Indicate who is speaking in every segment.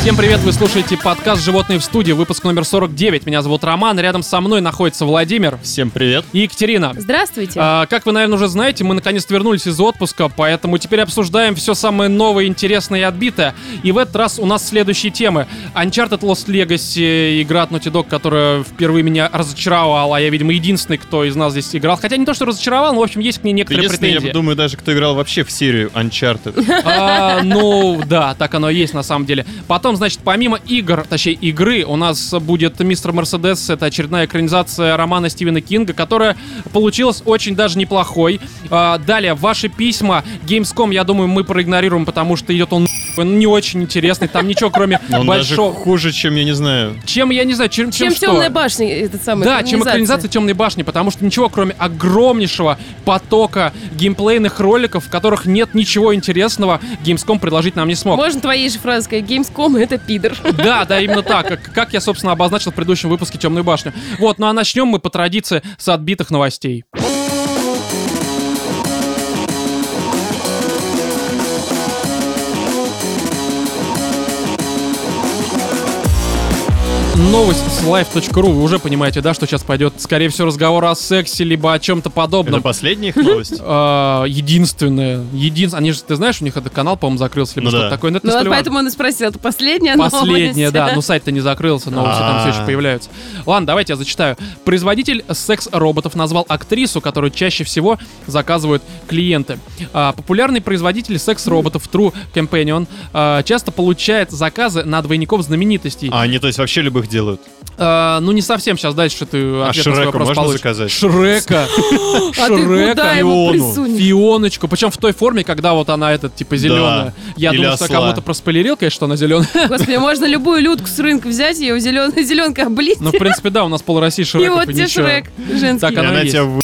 Speaker 1: Всем привет, вы слушаете подкаст «Животные в студии», выпуск номер 49. Меня зовут Роман, рядом со мной находится Владимир
Speaker 2: Всем привет.
Speaker 1: и Екатерина.
Speaker 3: Здравствуйте.
Speaker 1: А, как вы, наверное, уже знаете, мы наконец-то вернулись из отпуска, поэтому теперь обсуждаем все самое новое, интересное и отбитое. И в этот раз у нас следующие темы. Uncharted Lost Legacy, игра от Naughty Dog, которая впервые меня разочаровала, а я, видимо, единственный, кто из нас здесь играл. Хотя не то, что разочаровал, но, в общем, есть к ней некоторые
Speaker 2: Единственное,
Speaker 1: претензии.
Speaker 2: я думаю, даже кто играл вообще в серию Uncharted.
Speaker 1: А, ну, да, так оно и есть на самом деле. Потом, значит, помимо игр, точнее, игры, у нас будет «Мистер Мерседес». Это очередная экранизация романа Стивена Кинга, которая получилась очень даже неплохой. А, далее, ваши письма. Gamescom, я думаю, мы проигнорируем, потому что идет он нахуй, он не очень интересный. Там ничего, кроме
Speaker 2: Но он даже
Speaker 1: большого...
Speaker 2: хуже, чем, я не знаю,
Speaker 1: Чем, я не знаю, чем,
Speaker 3: чем
Speaker 1: что?
Speaker 3: темная башня, этот самый.
Speaker 1: Да, чем экранизация темной башни, потому что ничего, кроме огромнейшего потока геймплейных роликов, в которых нет ничего интересного, Gamescom предложить нам не смог.
Speaker 3: Можно твоей же фразой сказать, Gamescom это пидор.
Speaker 1: Да, да, именно так. Как, как я, собственно, обозначил в предыдущем выпуске Темную башню. Вот, ну а начнем мы по традиции с отбитых новостей. Новость с live.ru. Вы уже понимаете, да, что сейчас пойдет, скорее всего, разговор о сексе, либо о чем-то
Speaker 2: это
Speaker 1: подобном.
Speaker 2: последняя их новость.
Speaker 1: А, единственное, единственное, они же, ты знаешь, у них этот канал, по-моему, закрылся, либо
Speaker 2: Ну
Speaker 1: что-то
Speaker 2: да.
Speaker 1: такое. Но это
Speaker 3: Ну
Speaker 1: не
Speaker 3: вот
Speaker 1: столь важно.
Speaker 3: поэтому он и спросил, это последняя
Speaker 1: Последняя,
Speaker 3: новость?
Speaker 1: да. Ну, сайт-то не закрылся, новости там все еще
Speaker 2: А.
Speaker 1: появляются. Ладно, давайте я зачитаю. Производитель секс-роботов назвал актрису, которую чаще всего заказывают клиенты. А, популярный производитель секс-роботов True Companion а, часто получает заказы на двойников знаменитостей.
Speaker 2: А они, то есть, вообще любых делают.
Speaker 1: А, ну, не совсем сейчас дальше ты ответ на свой
Speaker 2: А Шрека
Speaker 1: вопрос
Speaker 2: можно
Speaker 1: получишь.
Speaker 2: заказать?
Speaker 1: Шрека!
Speaker 3: А ты куда
Speaker 1: Ну, Шрека!
Speaker 2: Фиону.
Speaker 3: его присунешь?
Speaker 1: Фионочку, причем в той форме, когда вот она этот, типа, зеленая. Я
Speaker 2: Или
Speaker 1: думал, что
Speaker 2: осла.
Speaker 1: кому-то проспойлерил, конечно, что она зеленая.
Speaker 3: Господи, можно любую людку с рынка взять, ее зеленка, зеленка облить,
Speaker 1: Ну, в принципе, да, у нас пол России
Speaker 3: и
Speaker 1: Шреков
Speaker 3: вот
Speaker 1: и
Speaker 3: тебе
Speaker 1: ничего.
Speaker 3: Шрек
Speaker 1: Так,
Speaker 2: И
Speaker 3: женский.
Speaker 1: оно и
Speaker 2: она
Speaker 1: есть.
Speaker 2: тебя вы-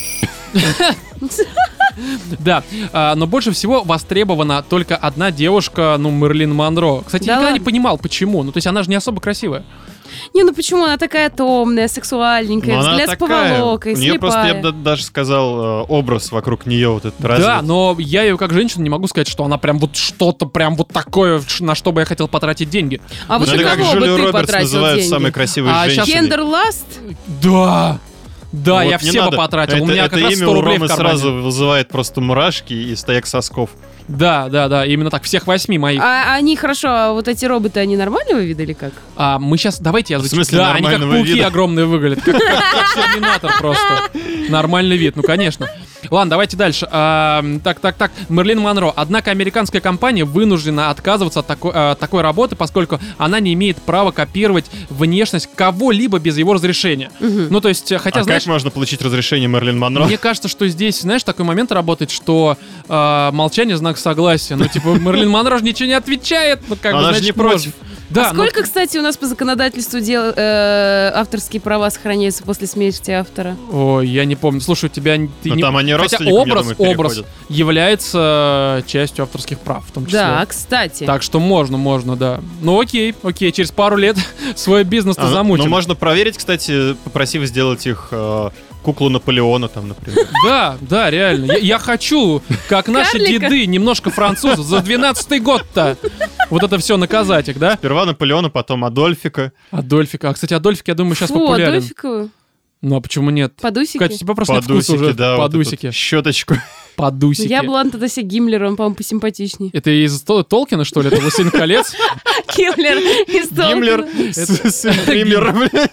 Speaker 1: Да, А, но больше всего востребована только одна девушка, ну, Мерлин Монро. Кстати,
Speaker 3: Да
Speaker 1: я никогда не
Speaker 3: ладно?
Speaker 1: понимал, почему. Ну, то есть она же не особо красивая.
Speaker 3: Не, ну почему она такая томная, сексуальненькая,
Speaker 2: Ну, она
Speaker 3: взгляд с
Speaker 2: такая.
Speaker 3: поволокой,
Speaker 2: У нее просто, я бы
Speaker 3: слепая.
Speaker 2: да- даже сказал, э, образ вокруг нее вот этот
Speaker 1: Да, ну,
Speaker 2: развит.
Speaker 1: но я ее как женщина не могу сказать, что она прям вот что-то, прям вот такое, ш- на что бы я хотел потратить деньги.
Speaker 3: А вот
Speaker 2: Ну,
Speaker 3: на
Speaker 2: это как
Speaker 3: кого
Speaker 2: Джулию
Speaker 3: бы ты
Speaker 2: Робертс
Speaker 3: потратил
Speaker 2: называют самой
Speaker 3: деньги?
Speaker 2: красивой
Speaker 1: А сейчас-
Speaker 2: женщиной.
Speaker 3: Гендерласт?
Speaker 1: Да! Да,
Speaker 2: Ну,
Speaker 1: я
Speaker 2: Вот не
Speaker 1: все бы
Speaker 2: надо.
Speaker 1: потратил.
Speaker 2: Это,
Speaker 1: у меня
Speaker 2: это
Speaker 1: как раз
Speaker 2: имя
Speaker 1: 100
Speaker 2: у
Speaker 1: рублей
Speaker 2: Ромы
Speaker 1: в кармане.
Speaker 2: сразу вызывает просто мурашки и стояк сосков.
Speaker 1: Да, да, да, именно так. Всех восьми моих. А,
Speaker 3: А они, хорошо, а вот эти роботы, они нормально выглядели как?
Speaker 1: А, мы сейчас, давайте я
Speaker 2: В
Speaker 1: зачитаю.
Speaker 2: смысле
Speaker 1: да, они как
Speaker 2: нормального
Speaker 1: пауки
Speaker 2: вида?
Speaker 1: огромные выглядят. Как, как терминатор просто. Нормальный вид, ну конечно. Ладно, давайте дальше. А, так, так, так. Мерлин Монро. Однако американская компания вынуждена отказываться от такой, э, такой работы, поскольку она не имеет права копировать внешность кого-либо без его разрешения. Ну, то есть, э, хотя,
Speaker 2: а
Speaker 1: знаешь,
Speaker 2: как можно получить разрешение Мерлин Монро?
Speaker 1: Мне кажется, что здесь, знаешь, такой момент работает, что э, молчание знак согласия. Ну, типа, Мерлин Монро же ничего не отвечает, ну, как
Speaker 2: Но
Speaker 1: бы,
Speaker 2: она же
Speaker 1: значит,
Speaker 2: не
Speaker 1: можно.
Speaker 2: против.
Speaker 1: Да,
Speaker 3: а
Speaker 1: ну,
Speaker 3: сколько, кстати, у нас по законодательству дел, э, авторские права сохраняются после смерти автора?
Speaker 1: Ой, я не помню. Слушай, у тебя... н- Ты
Speaker 2: Но
Speaker 1: не...
Speaker 2: там они
Speaker 1: Хотя
Speaker 2: родственникам, я
Speaker 1: образ,
Speaker 2: думаю,
Speaker 1: образ
Speaker 2: переходят.
Speaker 1: является э, частью авторских прав, в том числе.
Speaker 3: Да, кстати.
Speaker 1: Так что можно, можно, да. Ну окей, окей, через пару лет свой бизнес ты
Speaker 2: А,
Speaker 1: замутим.
Speaker 2: Ну, можно проверить, кстати, попросив сделать их э, куклу Наполеона там, например.
Speaker 1: Да, да, реально. Я, я хочу, как наши
Speaker 3: Карлика.
Speaker 1: деды, немножко французов, за 12-й год-то вот это все наказать их, да?
Speaker 2: Сперва Наполеона, потом Адольфика.
Speaker 1: Адольфик. А, кстати, Адольфик, я думаю, сейчас
Speaker 3: Фу,
Speaker 1: популярен.
Speaker 3: Адольфикову?
Speaker 1: Ну, а почему нет?
Speaker 3: Подусики?
Speaker 1: Катя, тебе просто нет вкуса
Speaker 2: Подусики,
Speaker 1: уже.
Speaker 2: да. вот
Speaker 1: Подусики.
Speaker 2: эту Щеточку.
Speaker 1: Подусики.
Speaker 3: Ну, Я была на тогда себе Гиммлера, он, по-моему, посимпатичней.
Speaker 1: Это из Тол- Толкина, что ли? Это «Властелин колец»?
Speaker 3: Гиммлер из Толкина.
Speaker 2: Гиммлер. с- с Гиммлер, блядь.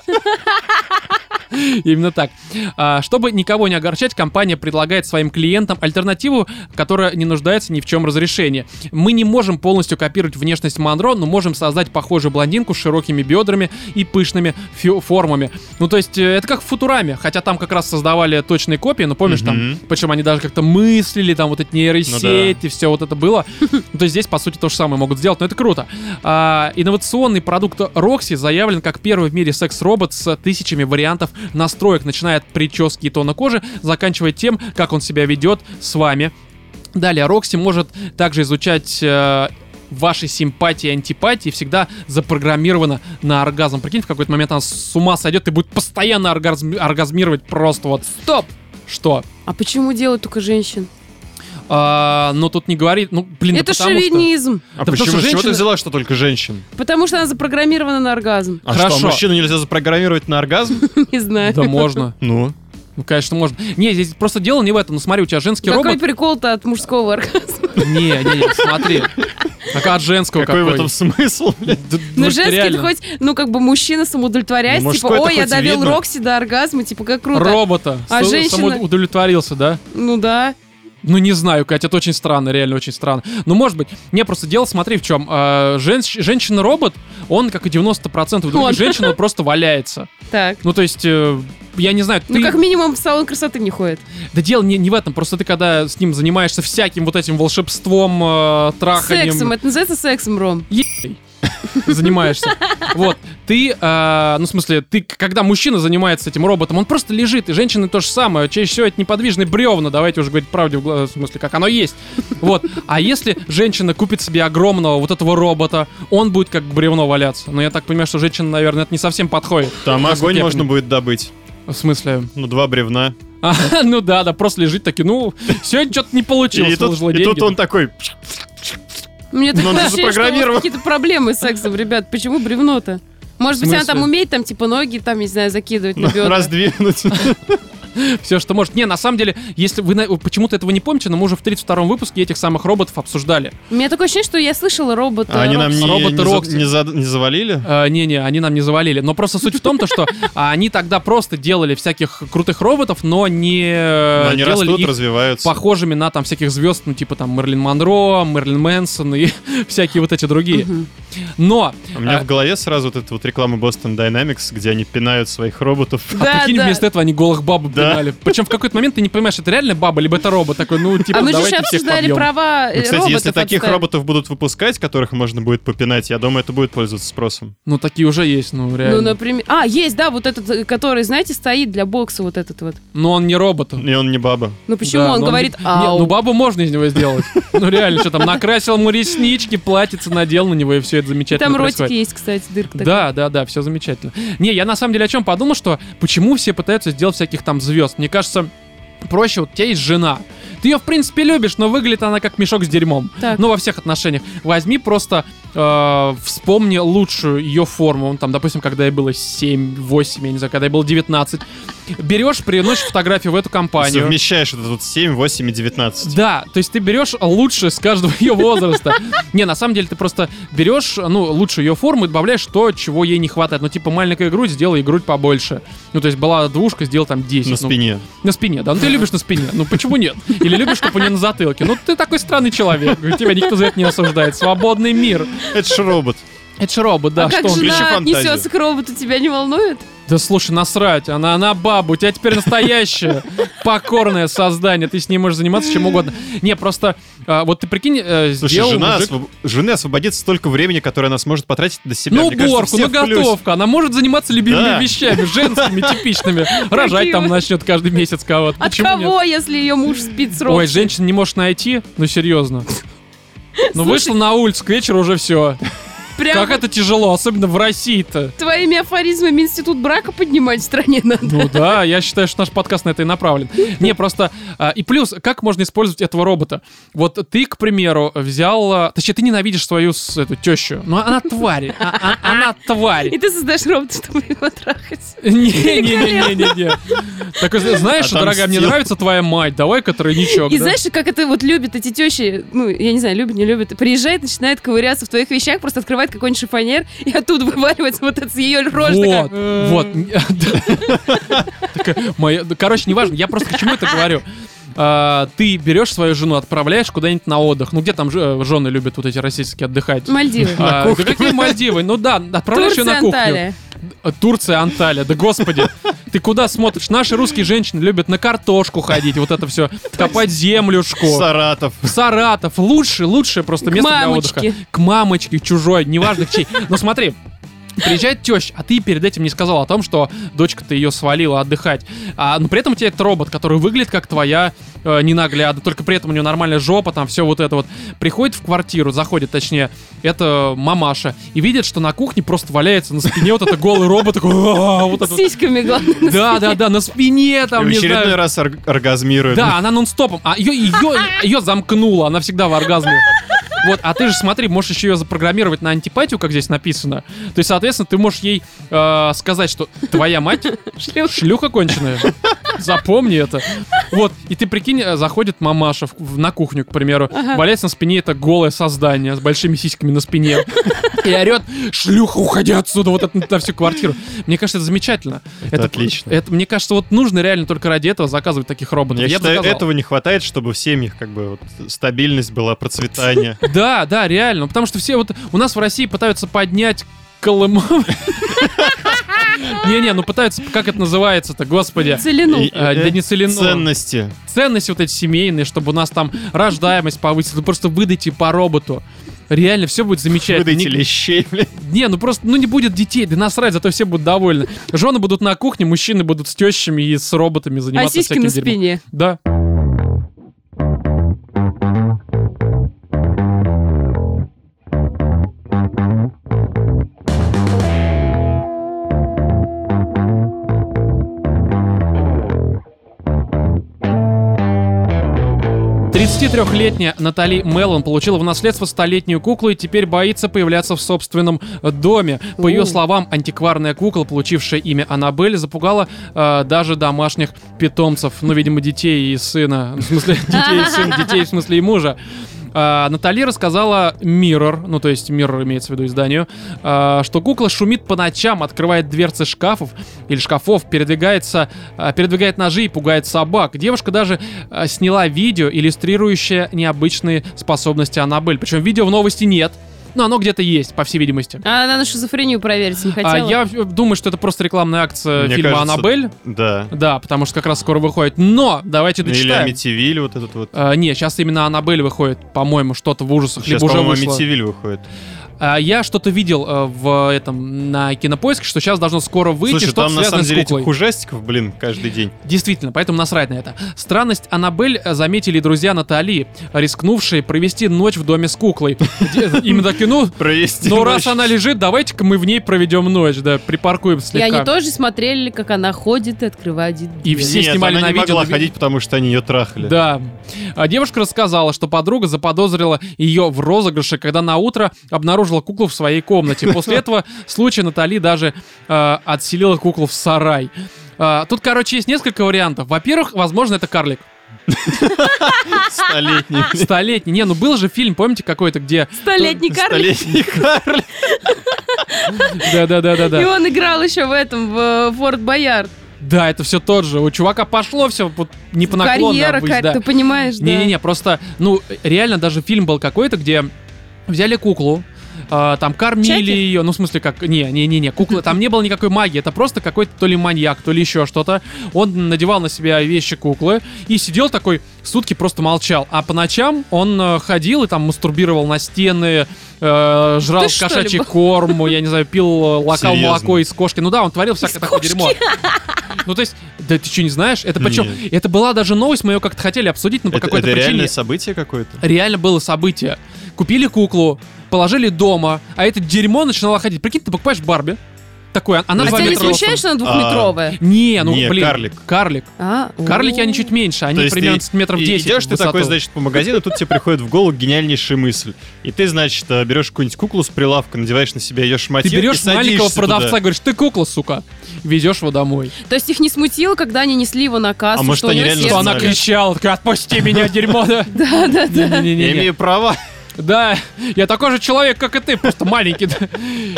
Speaker 1: Именно так. А, Чтобы никого не огорчать, компания предлагает своим клиентам альтернативу, которая не нуждается ни в чем разрешении. Мы не можем полностью копировать внешность Монро, но можем создать похожую блондинку с широкими бедрами и пышными фи- формами. Ну, то есть, э, это как в Футураме, хотя там как раз создавали точные копии, но помнишь, там,
Speaker 2: Мгм.
Speaker 1: причем они даже как-то мыслили, там вот эти нейросети, все вот это было. Ну, То есть здесь, по сути, то же самое могут сделать, но это круто. А, инновационный продукт Roxy заявлен как первый в мире секс-робот с тысячами вариантов настроек, начиная от прически и тона кожи, заканчивая тем, как он себя ведет с вами. Далее, Рокси может также изучать э, ваши симпатии и антипатии, всегда запрограммирована на оргазм. Прикинь, в какой-то момент она с ума сойдет и будет постоянно оргазм- оргазмировать просто вот. Стоп! Что?
Speaker 3: А почему делают только женщин?
Speaker 1: А, но тут не говорит, ну, блин, да
Speaker 3: Это
Speaker 1: потому что-
Speaker 3: шовинизм.
Speaker 2: А
Speaker 1: Да потому что
Speaker 2: почему? С чего ты
Speaker 1: женщины-
Speaker 2: взяла, что только женщин?
Speaker 3: Потому что она запрограммирована на оргазм.
Speaker 2: А
Speaker 1: Хорошо.
Speaker 2: что, мужчину нельзя запрограммировать на оргазм?
Speaker 3: Не знаю.
Speaker 1: Да можно.
Speaker 2: Ну,
Speaker 1: Ну, конечно, можно. Не, здесь просто дело не в этом. Ну, смотри, у тебя женский
Speaker 3: Какой
Speaker 1: робот.
Speaker 3: прикол-то от мужского оргазма?
Speaker 1: Не, не, не, смотри. Как от женского
Speaker 2: какой в
Speaker 1: какой.
Speaker 2: этом смысл? блядь?
Speaker 1: Да,
Speaker 3: Ну,
Speaker 1: вот
Speaker 3: женский
Speaker 1: реально.
Speaker 3: хоть, ну, как бы мужчина самоудовлетворяясь,
Speaker 2: Ну,
Speaker 3: типа,
Speaker 2: мужской-то
Speaker 3: ой, я
Speaker 2: хоть
Speaker 3: довел
Speaker 2: видно».
Speaker 3: Рокси до оргазма, типа, как круто.
Speaker 1: Робота.
Speaker 3: А
Speaker 1: Сам-
Speaker 3: женщина-
Speaker 1: сам удовлетворился, да?
Speaker 3: Ну да.
Speaker 1: Ну, не знаю, Катя, это очень странно, реально очень странно. Ну, может быть. Не, просто дело, смотри, в чем. А, Женщина-робот, он, как и 90%
Speaker 3: Он.
Speaker 1: других женщин, он просто валяется.
Speaker 3: Так.
Speaker 1: Ну, то есть, э, я не знаю, ты...
Speaker 3: Ну, как минимум, в салон красоты не ходит.
Speaker 1: Да дело не, не в этом, просто ты когда с ним занимаешься всяким вот этим волшебством, э, траханием...
Speaker 3: Сексом. Это называется сексом, Ром.
Speaker 1: ебей занимаешься. Вот, ты, э, ну, в смысле, ты, к- когда мужчина занимается этим роботом, он просто лежит, и женщины то же самое. Чаще всего это неподвижные бревна, давайте уже говорить правде, в гла- в смысле, как оно есть. Вот, а если женщина купит себе огромного вот этого робота, он будет как бревно валяться. Но я так понимаю, что женщина, наверное, это не совсем подходит.
Speaker 2: Там
Speaker 1: Насколько
Speaker 2: огонь
Speaker 1: я
Speaker 2: можно
Speaker 1: понимаю.
Speaker 2: будет добыть.
Speaker 1: В смысле?
Speaker 2: Ну, два бревна.
Speaker 1: А, ну да, да, просто лежит таки, ну, сегодня что-то не получилось,
Speaker 2: И тут,
Speaker 1: выложила
Speaker 2: и тут
Speaker 1: деньги.
Speaker 2: он такой...
Speaker 3: Мне
Speaker 1: Ну,
Speaker 2: Но
Speaker 3: такое
Speaker 2: он же
Speaker 3: ощущение, что у вас
Speaker 2: запрограммирован.
Speaker 3: какие-то проблемы с сексом, ребят. Почему бревно-то? Может быть,
Speaker 1: В
Speaker 3: она
Speaker 1: смысле?
Speaker 3: там умеет, там, типа, ноги, там, не знаю, закидывать на бедра.
Speaker 2: Раздвинуть.
Speaker 1: все, что может. Не, на самом деле, если вы на- почему-то этого не помните, но мы уже в 32-м выпуске этих самых роботов обсуждали.
Speaker 3: У меня такое ощущение, что я слышала робота.
Speaker 2: А они нам
Speaker 3: Рокси.
Speaker 2: не-
Speaker 1: Роботы
Speaker 2: не
Speaker 1: Рокси.
Speaker 2: за- не за- не завалили?
Speaker 1: Э, Не-не, они нам не завалили. Но просто суть в том, то, что а, они тогда просто делали всяких крутых роботов, но не
Speaker 2: Но
Speaker 1: э,
Speaker 2: Они
Speaker 1: делали
Speaker 2: растут,
Speaker 1: их
Speaker 2: развиваются.
Speaker 1: похожими на там всяких звезд, ну типа там Мерлин Монро, Мерлин Мэнсон и всякие вот эти другие.
Speaker 3: Мгм.
Speaker 1: Но
Speaker 2: У меня
Speaker 1: А-
Speaker 2: в голове сразу вот эта вот реклама Boston Dynamics, где они пинают своих роботов.
Speaker 1: а
Speaker 3: Да,
Speaker 1: прикинь,
Speaker 3: да.
Speaker 1: вместо этого они голых баб
Speaker 2: Да.
Speaker 1: пинали. Причем в какой-то момент ты не понимаешь, это реально баба, либо это робот такой, ну типа
Speaker 3: А мы же
Speaker 1: давайте
Speaker 3: еще
Speaker 1: всех
Speaker 3: обсуждали
Speaker 1: побьем.
Speaker 3: права
Speaker 2: Ну,
Speaker 3: э,
Speaker 2: кстати, если
Speaker 3: роботов
Speaker 2: таких
Speaker 3: отстали.
Speaker 2: роботов будут выпускать, которых можно будет попинать, я думаю, это будет пользоваться спросом.
Speaker 1: Ну такие уже есть, ну
Speaker 3: Ну,
Speaker 1: реально.
Speaker 3: например... А, есть, да, вот этот, э, который, знаете, стоит для бокса вот этот вот.
Speaker 1: Но он не робот.
Speaker 2: И он не баба.
Speaker 3: Ну, почему
Speaker 1: Да,
Speaker 3: он
Speaker 1: но
Speaker 3: говорит
Speaker 1: не-
Speaker 3: «ау»?
Speaker 1: Не, ну бабу можно из него сделать. Ну реально, что там, накрасил ему реснички, платьице надел на него, и все это
Speaker 3: И
Speaker 1: замечательно
Speaker 3: Там ротики
Speaker 1: происходит.
Speaker 3: есть, кстати, дырка такая.
Speaker 1: Да, да, да, все замечательно. Не, я на самом деле о чем подумал, что почему все пытаются сделать всяких там звезд. Мне кажется, проще, вот у тебя есть жена. Ты ее, в принципе, любишь, но выглядит она как мешок с дерьмом.
Speaker 3: Так.
Speaker 1: Ну, во всех отношениях. Возьми просто, э, вспомни лучшую ее форму. Ну, Там, допустим, когда ей было 7, 8, я не знаю, когда ей было 19. Берешь, приносишь фотографию в эту компанию.
Speaker 2: Совмещаешь это тут 7, 8 и 19.
Speaker 1: Да, то есть ты берешь лучше с каждого ее возраста. Не, на самом деле ты просто берешь, ну, лучше ее форму и добавляешь то, чего ей не хватает. Ну, типа, маленькая грудь, сделай грудь побольше. Ну, то есть была двушка, сделал там 10.
Speaker 2: На
Speaker 1: ну,
Speaker 2: спине.
Speaker 1: на спине, да. Ну, ты любишь на спине. Ну, почему нет? Или любишь, чтобы не на затылке. Ну, ты такой странный человек. Тебя никто за это не осуждает. Свободный мир.
Speaker 2: Это ж робот.
Speaker 1: Это ж робот, да.
Speaker 3: а
Speaker 1: что
Speaker 3: как
Speaker 1: он?
Speaker 2: Включи
Speaker 3: жена
Speaker 2: фантазию.
Speaker 3: отнесется к роботу, тебя не волнует?
Speaker 1: Да слушай, насрать, она, она баба, у тебя теперь настоящее покорное создание, ты с ней можешь заниматься чем угодно. Не, просто, а, вот ты прикинь, э,
Speaker 2: Слушай,
Speaker 1: сделал
Speaker 2: жена
Speaker 1: мужик-
Speaker 2: освоб- жены освободится столько времени, которое она сможет потратить на себя.
Speaker 1: Ну,
Speaker 2: Мне кажется,
Speaker 1: уборку, ну,
Speaker 2: все в плюсе.
Speaker 1: готовка. Она может заниматься любимыми
Speaker 2: Да.
Speaker 1: вещами, женскими, типичными. Рожать
Speaker 3: Какие
Speaker 1: там
Speaker 3: вы-
Speaker 1: начнет каждый месяц кого-то.
Speaker 3: От
Speaker 1: Почему нет?
Speaker 3: кого, если ее муж спит с
Speaker 1: Ой,
Speaker 3: роботом?
Speaker 1: женщин не можешь найти? Ну, серьезно. Ну, вышла на улицу, к вечеру уже все.
Speaker 3: Прям
Speaker 1: Как это тяжело, особенно в России-то.
Speaker 3: твоими афоризмами институт брака поднимать в стране надо.
Speaker 1: Ну да, я считаю, что наш подкаст на это и направлен. Не, просто... а, И плюс, как можно использовать этого робота? Вот ты, к примеру, взял... а, Точнее, ты ненавидишь свою с- эту тещу. Ну, она тварь. а- а- Она
Speaker 3: И
Speaker 1: тварь.
Speaker 3: ты создашь робота, чтобы его трахать.
Speaker 1: Не-не-не-не-не. Такой, э, знаешь, что, дорогая, мне
Speaker 2: Отомстил.
Speaker 1: нравится твоя мать, давай которая
Speaker 3: И
Speaker 1: да?
Speaker 3: знаешь, как это вот любят эти тещи, ну, я не знаю, любят, не любят, приезжает, начинает ковыряться в твоих вещах, просто открывает какой-нибудь шифонер, и оттуда вываливается вот это ее рожа.
Speaker 1: Вот,
Speaker 3: такая. э.
Speaker 1: вот. Да. Такая моя- да, Короче, неважно, я просто к чему это говорю. А, Ты берешь свою жену, отправляешь куда-нибудь на отдых. Ну, где там ж- э, жены любят вот эти российские отдыхать?
Speaker 3: Мальдивы.
Speaker 1: А, да какие Мальдивы? Ну да, отправляешь ее
Speaker 3: Турция,
Speaker 1: на кухню.
Speaker 3: Анталия.
Speaker 1: А, Турция, Анталия. Да господи, ты куда смотришь? Наши русские женщины любят на картошку ходить, вот это все, копать землюшку.
Speaker 2: Саратов.
Speaker 1: В Саратов. Лучше, лучше просто
Speaker 3: К
Speaker 1: место для
Speaker 3: мамочке.
Speaker 1: отдыха. К мамочке, чужой, неважно к чей. Но смотри, приезжает теща, а ты перед этим не сказал о ну, том, что дочка-то ее свалила отдыхать. А, но при этом у тебя это робот, который выглядит как твоя э, ненаглядно, только при этом у нее нормальная жопа, там все вот это вот. Приходит в квартиру, заходит, точнее, это мамаша, и видит, что на кухне просто валяется на спине вот это голый робот, такой, «А-а-а», вот это
Speaker 3: С
Speaker 1: вот.
Speaker 3: сиськами, главное.
Speaker 1: Да, да, да, на спине
Speaker 2: И
Speaker 1: там,
Speaker 2: в
Speaker 1: не
Speaker 2: очередной
Speaker 1: знаю.
Speaker 2: раз орг- оргазмирует.
Speaker 1: Да, она нон-стопом. А ее, ее, ее замкнуло, она всегда в оргазме. Вот, а ты же смотри, можешь еще ее запрограммировать на антипатию, как здесь написано. То есть, соответственно, ты можешь ей э, сказать, что твоя мать
Speaker 3: Шлюх.
Speaker 1: шлюха конченая. Запомни это. Вот, и ты прикинь, э, заходит мамаша в- в- на кухню, к примеру, валяется на спине это голое создание с большими сиськами на спине и орет «Шлюха, уходи отсюда!» вот это на всю квартиру. Мне кажется, это замечательно.
Speaker 2: Это отлично.
Speaker 1: Это, мне кажется, вот нужно реально только ради этого заказывать таких роботов.
Speaker 2: Я,
Speaker 1: Я бы
Speaker 2: считаю,
Speaker 1: заказал.
Speaker 2: этого не хватает, чтобы в семьях как бы вот стабильность была, процветание.
Speaker 1: Да, да, реально. Ну, Потому что все вот у нас в России пытаются поднять Колымов. Не-не, ну пытаются, как это называется-то, господи.
Speaker 3: Целину.
Speaker 2: И- э,
Speaker 1: А, да не целено.
Speaker 2: Ценности.
Speaker 1: Ценности вот эти семейные, чтобы у нас там рождаемость повысилась. Ну, Просто выдайте по роботу. Реально, все будет замечательно.
Speaker 2: Выдайте
Speaker 1: Ник-
Speaker 2: лещей, блядь.
Speaker 1: Не, ну просто, ну не будет детей, да насрать, зато все будут довольны. Жены будут на кухне, мужчины будут с тещами и с роботами
Speaker 3: А
Speaker 1: заниматься
Speaker 3: сиськи
Speaker 1: всяким
Speaker 3: на
Speaker 1: дерьмом.
Speaker 3: спине.
Speaker 1: Да. Тридцатитрехлетняя Натали Меллон получила в наследство столетнюю куклу и теперь боится появляться в собственном э, доме. По ее
Speaker 3: О.
Speaker 1: словам, антикварная кукла, получившая имя Аннабель, запугала э, даже домашних питомцев. Ну, видимо, детей и сына. Ну, В смысле, детей и сына, детей в смысле и мужа. А, Натали рассказала Mirror, ну то есть Mirror имеется в виду изданию, а, что кукла шумит по ночам, открывает дверцы шкафов или шкафов, передвигается, а, передвигает ножи и пугает собак. Девушка даже а, сняла видео, иллюстрирующее необычные способности Аннабель. Причем видео в новости нет, но оно где-то есть, по всей видимости.
Speaker 3: А она на шизофрению проверить не
Speaker 1: А,
Speaker 3: хотела.
Speaker 1: я в- думаю, что это просто рекламная акция
Speaker 2: Мне
Speaker 1: фильма
Speaker 2: кажется,
Speaker 1: Аннабель.
Speaker 2: Да. Ну,
Speaker 1: Да, потому что как раз скоро выходит. Но давайте
Speaker 2: Или
Speaker 1: дочитаем.
Speaker 2: Амитивиль, вот этот вот.
Speaker 1: А, не, сейчас именно Аннабель выходит, по-моему, что-то в ужасах.
Speaker 2: Сейчас,
Speaker 1: либо уже
Speaker 2: по-моему,
Speaker 1: вышло.
Speaker 2: Амитивиль выходит.
Speaker 1: А, Я что-то видел э, в этом на кинопоиске, что сейчас должно скоро выйти,
Speaker 2: Слушай,
Speaker 1: что-то
Speaker 2: там на
Speaker 1: связанное
Speaker 2: самом деле
Speaker 1: с куклой.
Speaker 2: этих ужастиков, блин, каждый день.
Speaker 1: Действительно, поэтому насрать на это. Странность Аннабель э, заметили друзья Натали, рискнувшие провести ночь в доме с куклой. Где- Именно кино.
Speaker 2: Провести.
Speaker 1: Но
Speaker 2: ночь.
Speaker 1: Ну, раз она лежит, давайте-ка мы в ней проведем ночь, да, припаркуем
Speaker 3: И они
Speaker 1: слегка.
Speaker 3: тоже смотрели, как она ходит и открывает дверь.
Speaker 1: И все
Speaker 2: Нет,
Speaker 1: снимали
Speaker 2: она
Speaker 1: на
Speaker 2: не
Speaker 1: видео.
Speaker 2: могла
Speaker 1: но-
Speaker 2: ходить, потому что они ее трахали.
Speaker 1: Да. А девушка рассказала, что подруга заподозрила ее в розыгрыше, когда на утро обнаружила куклу в своей комнате. После этого случая Натали даже э, отселила куклу в сарай. А, тут, короче, есть несколько вариантов. Во-первых, возможно, это карлик.
Speaker 2: Столетний.
Speaker 1: Столетний. Не, ну был же фильм, помните, какой-то, где...
Speaker 3: Столетний карлик.
Speaker 2: Столетний карлик.
Speaker 3: И
Speaker 1: Да-да-да-да-да.
Speaker 3: он играл еще в этом, в э, Форт Боярд.
Speaker 1: Да, это все тот же. У чувака пошло все не по наклону.
Speaker 3: Карьера,
Speaker 1: Типа обычно,
Speaker 3: Кать,
Speaker 1: да.
Speaker 3: ты понимаешь, да?
Speaker 1: Не-не-не, просто, ну, реально даже фильм был какой-то, где взяли куклу, а, там кормили
Speaker 3: Чаки?
Speaker 1: ее, ну, в смысле, как, не-не-не, кукла, там не было никакой магии, это просто какой-то то ли маньяк, то ли еще что-то. Он надевал на себя вещи куклы и сидел такой, сутки просто молчал. А по ночам он э, ходил и там мастурбировал на стены, э, жрал
Speaker 3: Ты что ли
Speaker 1: кошачий
Speaker 3: был?
Speaker 1: корм, я не знаю, пил э, локал
Speaker 2: Серьезно?
Speaker 1: молоко из кошки. Ну да, он творил всякое такое
Speaker 3: кошки?
Speaker 1: дерьмо. Ну, то есть, да ты что, не знаешь? Это причем,
Speaker 2: Нет.
Speaker 1: это была даже новость, мы ее как-то хотели обсудить, но по
Speaker 2: Это
Speaker 1: какой-то
Speaker 2: это
Speaker 1: причине
Speaker 2: реальное событие какое-то?
Speaker 1: реально было событие. Купили куклу, положили дома, а это дерьмо начинало ходить. Прикинь, ты покупаешь Барби. Такое, она
Speaker 3: А
Speaker 1: два
Speaker 3: тебя не
Speaker 1: метра ростом.
Speaker 3: смущает, что она двухметровая?
Speaker 1: Не, ну
Speaker 2: Не,
Speaker 1: блин.
Speaker 2: карлик.
Speaker 1: Карлик.
Speaker 3: А, о.
Speaker 1: Карлики, они чуть меньше,
Speaker 2: То
Speaker 1: они
Speaker 2: есть
Speaker 1: примерно
Speaker 2: ты
Speaker 1: метров
Speaker 2: и
Speaker 1: 10.
Speaker 2: идешь ты
Speaker 1: в высоту.
Speaker 2: такой, значит, по магазину, и тут тебе приходит в голову гениальнейшая мысль. И ты, значит, э, берешь какую-нибудь куклу с прилавка, надеваешь на себя ее
Speaker 1: Ты
Speaker 2: шматье и
Speaker 1: берешь
Speaker 2: садишься
Speaker 1: маленького
Speaker 2: туда.
Speaker 1: продавца и говоришь, ты кукла, сука. Везешь его домой.
Speaker 3: То есть их не смутило, когда они несли его на кассу,
Speaker 2: А может,
Speaker 3: что у
Speaker 2: они
Speaker 3: него
Speaker 2: реально
Speaker 1: Что
Speaker 2: знаю.
Speaker 1: она кричала, такая, отпусти меня, дерьмо. Да,
Speaker 3: Да, да, да.
Speaker 2: Я
Speaker 1: Не-не-не.
Speaker 2: имею права.
Speaker 1: Да, я такой же человек, как и ты, просто маленький.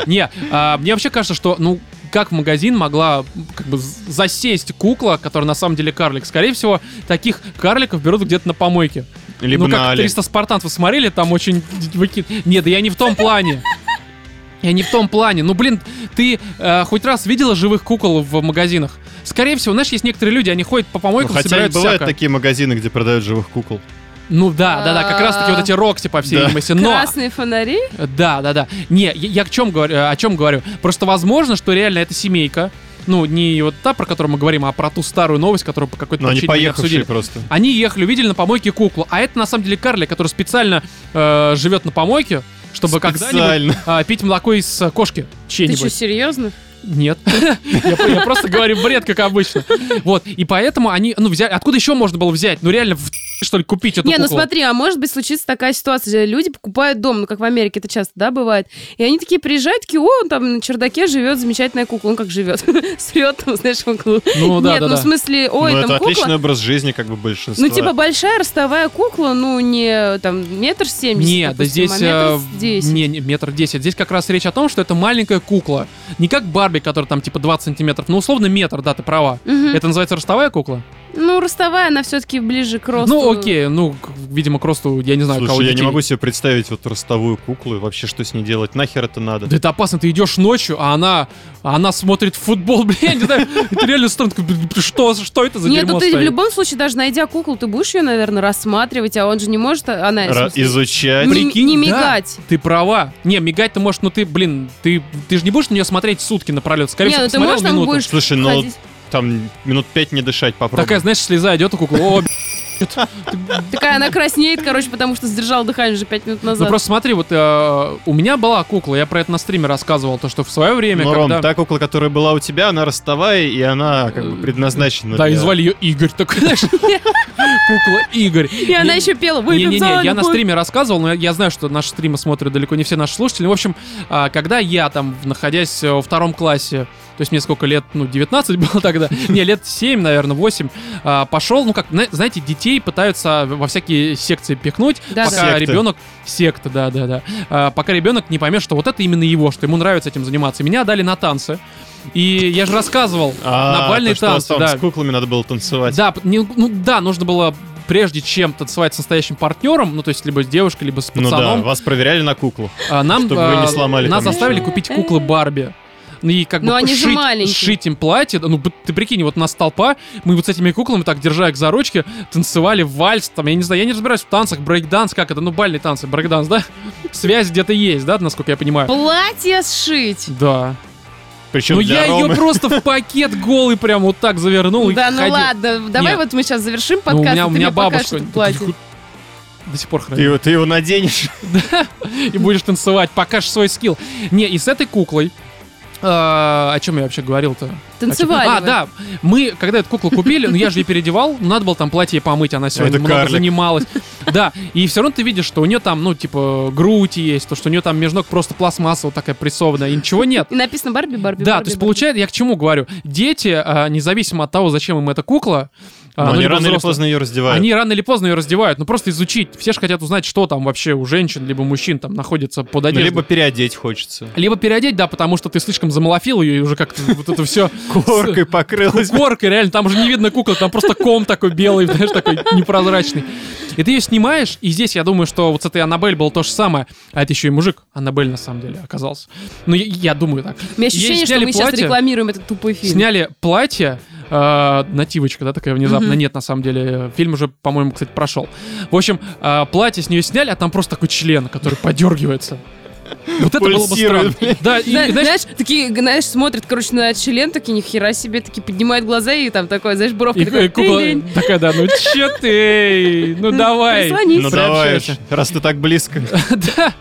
Speaker 1: Не, а, мне вообще кажется, что, ну, как в магазин могла м, как бы з- засесть кукла, которая на самом деле карлик? Скорее всего, таких карликов берут где-то на помойке.
Speaker 2: Либо
Speaker 1: ну,
Speaker 2: на
Speaker 1: как
Speaker 2: Али.
Speaker 1: 300 спартанцев смотрели, там очень... выкид- Не, да я не в том плане. Я не в том плане. Ну, блин, ты э, хоть раз видела живых кукол в магазинах? Скорее всего, знаешь, есть некоторые люди, они ходят по
Speaker 2: Ну,
Speaker 1: помойкам,
Speaker 2: хотя и
Speaker 1: собирают
Speaker 2: бывают
Speaker 1: всякое.
Speaker 2: такие магазины, где продают живых кукол.
Speaker 1: Ну да, да, да, как раз таки вот эти Рокси, по всей
Speaker 2: Да.
Speaker 1: видимости. Но...
Speaker 3: Красные фонари.
Speaker 1: Да, да, да. Не, я, я к чем говорю, э, о чем говорю. Просто возможно, что реально это семейка. Ну, не вот та, про которую мы говорим, а про ту старую новость, которую по какой-то
Speaker 2: Но они
Speaker 1: причине мы не
Speaker 2: поехавшие
Speaker 1: обсудили.
Speaker 2: просто.
Speaker 1: Они ехали, увидели на помойке куклу. А это на самом деле Карли, который специально э, живет на помойке, чтобы когда-нибудь
Speaker 2: Специально.
Speaker 1: а, пить молоко из а, кошки
Speaker 3: Ты что,
Speaker 1: чьей-нибудь.
Speaker 3: серьезно?
Speaker 1: Нет. я, про- я просто говорю бред, как обычно. Вот. И поэтому они, ну, взяли. Откуда еще можно было взять? Ну, реально, в что ли, купить эту
Speaker 3: Не, ну
Speaker 1: куклу?
Speaker 3: смотри, а может быть случится такая ситуация, где люди покупают дом, ну как в Америке это часто, да, бывает, и они такие приезжают, такие, о, он там на чердаке живет замечательная кукла, он как живет, срет там, знаешь, куклу.
Speaker 1: Ну, да,
Speaker 3: Нет,
Speaker 1: да,
Speaker 3: ну
Speaker 1: да.
Speaker 3: в смысле, ой,
Speaker 2: Ну,
Speaker 3: там
Speaker 2: это
Speaker 3: кукла.
Speaker 2: отличный образ жизни, как бы большинство.
Speaker 3: Ну, типа большая ростовая кукла, ну, не там метр семьдесят,
Speaker 1: Нет, да
Speaker 3: допустим,
Speaker 1: здесь... э,
Speaker 3: а метр десять.
Speaker 1: Не, не, метр десять. Здесь как раз речь о том, что это маленькая кукла. Не как Барби, которая там типа 20 сантиметров, но условно метр, да, ты права.
Speaker 3: Мгм.
Speaker 1: Это называется ростовая кукла?
Speaker 3: Ну, ростовая, она все-таки ближе к росту.
Speaker 1: Ну, окей, ну, к- видимо, к росту, я не знаю, кого
Speaker 2: Слушай, я не
Speaker 1: детей.
Speaker 2: могу себе представить вот ростовую куклу и вообще, что с ней делать. Нахер это надо?
Speaker 1: Да это опасно, ты идешь ночью, а она, а она смотрит футбол, блин, я не знаю, это реально странно, такой, блин, что, что это за
Speaker 3: Нет,
Speaker 1: дерьмо
Speaker 3: ну ты в
Speaker 1: стоит?
Speaker 3: любом случае, даже найдя куклу, ты будешь ее, наверное, рассматривать, а он же не может, а- она... в
Speaker 2: Ра-
Speaker 3: смысле,
Speaker 2: изучать.
Speaker 3: не-
Speaker 1: Прикинь,
Speaker 3: не
Speaker 1: да.
Speaker 3: мигать.
Speaker 1: Ты права. Не, мигать ты можешь, ну ты, блин, ты, ты же не будешь на нее смотреть сутки напролет. Скорее
Speaker 3: Не,
Speaker 1: всего,
Speaker 3: ну ты
Speaker 1: посмотрел
Speaker 3: можешь там
Speaker 1: минуту.
Speaker 3: будешь
Speaker 2: Слушай, ну
Speaker 3: ходить?
Speaker 2: там минут пять не дышать попробуй.
Speaker 1: Такая, знаешь, слеза идет у куклы. О,
Speaker 3: Такая она краснеет, короче, потому что сдержала дыхание уже пять минут
Speaker 1: Ну
Speaker 3: назад.
Speaker 1: просто смотри, вот э, у меня была кукла, я про это на стриме рассказывал, то что в свое время,
Speaker 2: Но,
Speaker 1: когда...
Speaker 2: Ну,
Speaker 1: Э,
Speaker 2: Ром, та кукла, которая была у тебя, она ростовая, и она как бы предназначена
Speaker 1: да, и
Speaker 2: для-
Speaker 1: звали ее Игорь, такой, знаешь, кукла Игорь.
Speaker 3: И она еще пела. «Выпьем за
Speaker 1: Не-не-не, я на
Speaker 3: любовь».
Speaker 1: стриме рассказывал, но я- я знаю, что наши стримы смотрят далеко не все наши слушатели. В общем, а, когда я там, находясь э, во втором классе, то есть мне сколько лет, ну, 19 было тогда, не, лет 7, наверное, 8, а, пошел, ну, как, зна- знаете, детей пытаются во всякие секции пихнуть,
Speaker 3: Да,
Speaker 1: пока
Speaker 2: да. Секты.
Speaker 1: ребенок... Секта, да-да-да. А, пока ребенок не поймет, что вот это именно его, что ему нравится этим заниматься. Меня дали на танцы. И я же рассказывал,
Speaker 2: А,
Speaker 1: на бальные
Speaker 2: то, что у вас
Speaker 1: танцы,
Speaker 2: там
Speaker 1: да.
Speaker 2: с куклами надо было танцевать.
Speaker 1: Да, п- не- ну да, нужно было прежде чем танцевать с настоящим партнером, ну то есть либо с девушкой, либо с
Speaker 2: Ну да,
Speaker 1: пацаном,
Speaker 2: вас проверяли на куклу.
Speaker 1: а, нам
Speaker 2: чтобы вы не
Speaker 1: а,
Speaker 2: сломали
Speaker 1: нас
Speaker 2: там
Speaker 1: заставили
Speaker 3: ничего.
Speaker 1: купить куклы Барби. Ну и как
Speaker 3: Но
Speaker 1: бы
Speaker 3: они же
Speaker 1: шить,
Speaker 3: маленькие.
Speaker 1: шить им платье. Да, Ну б- ты прикинь, вот у нас толпа, мы вот с этими куклами так, держа их за ручки, танцевали вальс, там, я не знаю, я не разбираюсь в танцах, брейк-данс, как это, ну бальные танцы, брейк-данс, да? Связь где-то есть, да, насколько я понимаю?
Speaker 3: Платье сшить.
Speaker 1: Да.
Speaker 2: Причем
Speaker 1: Ну
Speaker 2: для
Speaker 1: я
Speaker 2: Ромы.
Speaker 1: ее просто в пакет голый прям вот так завернул и
Speaker 3: Да, ну
Speaker 1: ходил.
Speaker 3: ладно, давай
Speaker 1: Нет.
Speaker 3: вот мы сейчас завершим
Speaker 1: Ну,
Speaker 3: подкаст,
Speaker 1: у меня,
Speaker 3: и
Speaker 1: у
Speaker 3: ты
Speaker 1: меня
Speaker 3: мне покажешь
Speaker 1: бабушка
Speaker 3: это платье.
Speaker 1: до сих пор хранит.
Speaker 2: Ты, его- ты его наденешь.
Speaker 1: и будешь танцевать, покажешь свой скилл. Не, и с этой куклой. э, о чем я вообще говорил-то?
Speaker 3: Танцевали
Speaker 1: А,
Speaker 3: вы.
Speaker 1: да. Мы, когда эту куклу купили, ну я же ее переодевал, ну, надо было там платье помыть, она сегодня
Speaker 2: Это
Speaker 1: много
Speaker 2: карлик.
Speaker 1: занималась. Да, и все равно ты видишь, что у нее там, ну, типа, грудь есть, то, что у нее там межног просто пластмасса вот такая прессованная, и ничего нет.
Speaker 3: И написано Барби, Барби,
Speaker 1: Да,
Speaker 3: Барби,
Speaker 1: то есть
Speaker 3: Барби».
Speaker 1: получается, я к чему говорю? Дети, а, независимо от того, зачем им эта кукла, а,
Speaker 2: Но
Speaker 1: ну,
Speaker 2: они
Speaker 1: либо
Speaker 2: рано или
Speaker 1: взрослых,
Speaker 2: поздно ее раздевают.
Speaker 1: они рано или поздно ее раздевают, ну просто изучить. Все же хотят узнать, что там вообще у женщин, либо мужчин там находится под
Speaker 2: Ну,
Speaker 1: одеждой.
Speaker 2: либо переодеть хочется.
Speaker 1: Либо переодеть, да, потому что ты слишком замалофил ее, и уже как-то вот это все...
Speaker 2: Коркой покрылась.
Speaker 1: Горкой, реально, там уже не видно кукол, там просто ком такой белый, знаешь, такой непрозрачный. И ты ее снимаешь, и здесь я думаю, что вот с этой Аннабель было то же самое. А это еще и мужик Аннабель, на самом деле, оказался. Ну, я, я думаю так.
Speaker 3: У меня
Speaker 1: Ей
Speaker 3: ощущение, что
Speaker 1: сняли
Speaker 3: мы сейчас
Speaker 1: платье,
Speaker 3: рекламируем этот тупой фильм.
Speaker 1: Сняли платье, э, нативочка, да, такая внезапно. Нет, на самом деле, э, фильм уже, по-моему, кстати, прошел. В общем, э, платье с нее сняли, а там просто такой член, который подергивается. Вот это было бы
Speaker 2: Пульсирует,
Speaker 1: странно. Да, и,
Speaker 3: Зна-
Speaker 1: и, знаешь,
Speaker 3: знаешь, такие, знаешь, смотрят, короче, на член, такие, нихера себе, такие поднимают глаза и там такое, знаешь,
Speaker 1: И,
Speaker 3: буровка
Speaker 1: и
Speaker 3: такая,
Speaker 1: кукла
Speaker 3: «Тынь-тынь».
Speaker 1: такая, да, ну чё ты? Ну давай.
Speaker 3: Прислонись.
Speaker 2: Ну давай, уж,
Speaker 1: Приобщайся.
Speaker 2: раз ты так близко.
Speaker 1: Да.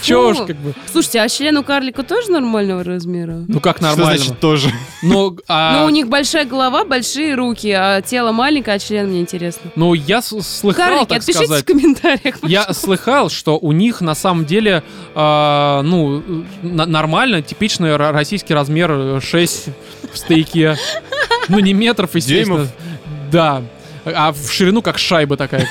Speaker 1: Чё уж как бы.
Speaker 3: Слушайте, а член у карлика тоже нормального размера?
Speaker 1: Ну как
Speaker 2: Что
Speaker 1: нормально.
Speaker 2: значит тоже?
Speaker 1: Ну, а-
Speaker 3: Ну, у них большая голова, большие руки, а тело маленькое, а член мне интересно.
Speaker 1: ну, я с- слыхал,
Speaker 3: Карлики,
Speaker 1: так
Speaker 3: отпишите
Speaker 1: сказать.
Speaker 3: в комментариях.
Speaker 1: Я слыхал, что у них на самом деле, а, ну, н- нормально, типичный ро- российский размер э, 6 в стейке. Ну, не метров, естественно.
Speaker 2: Дюймов?
Speaker 1: Да. А в ширину как шайба такая.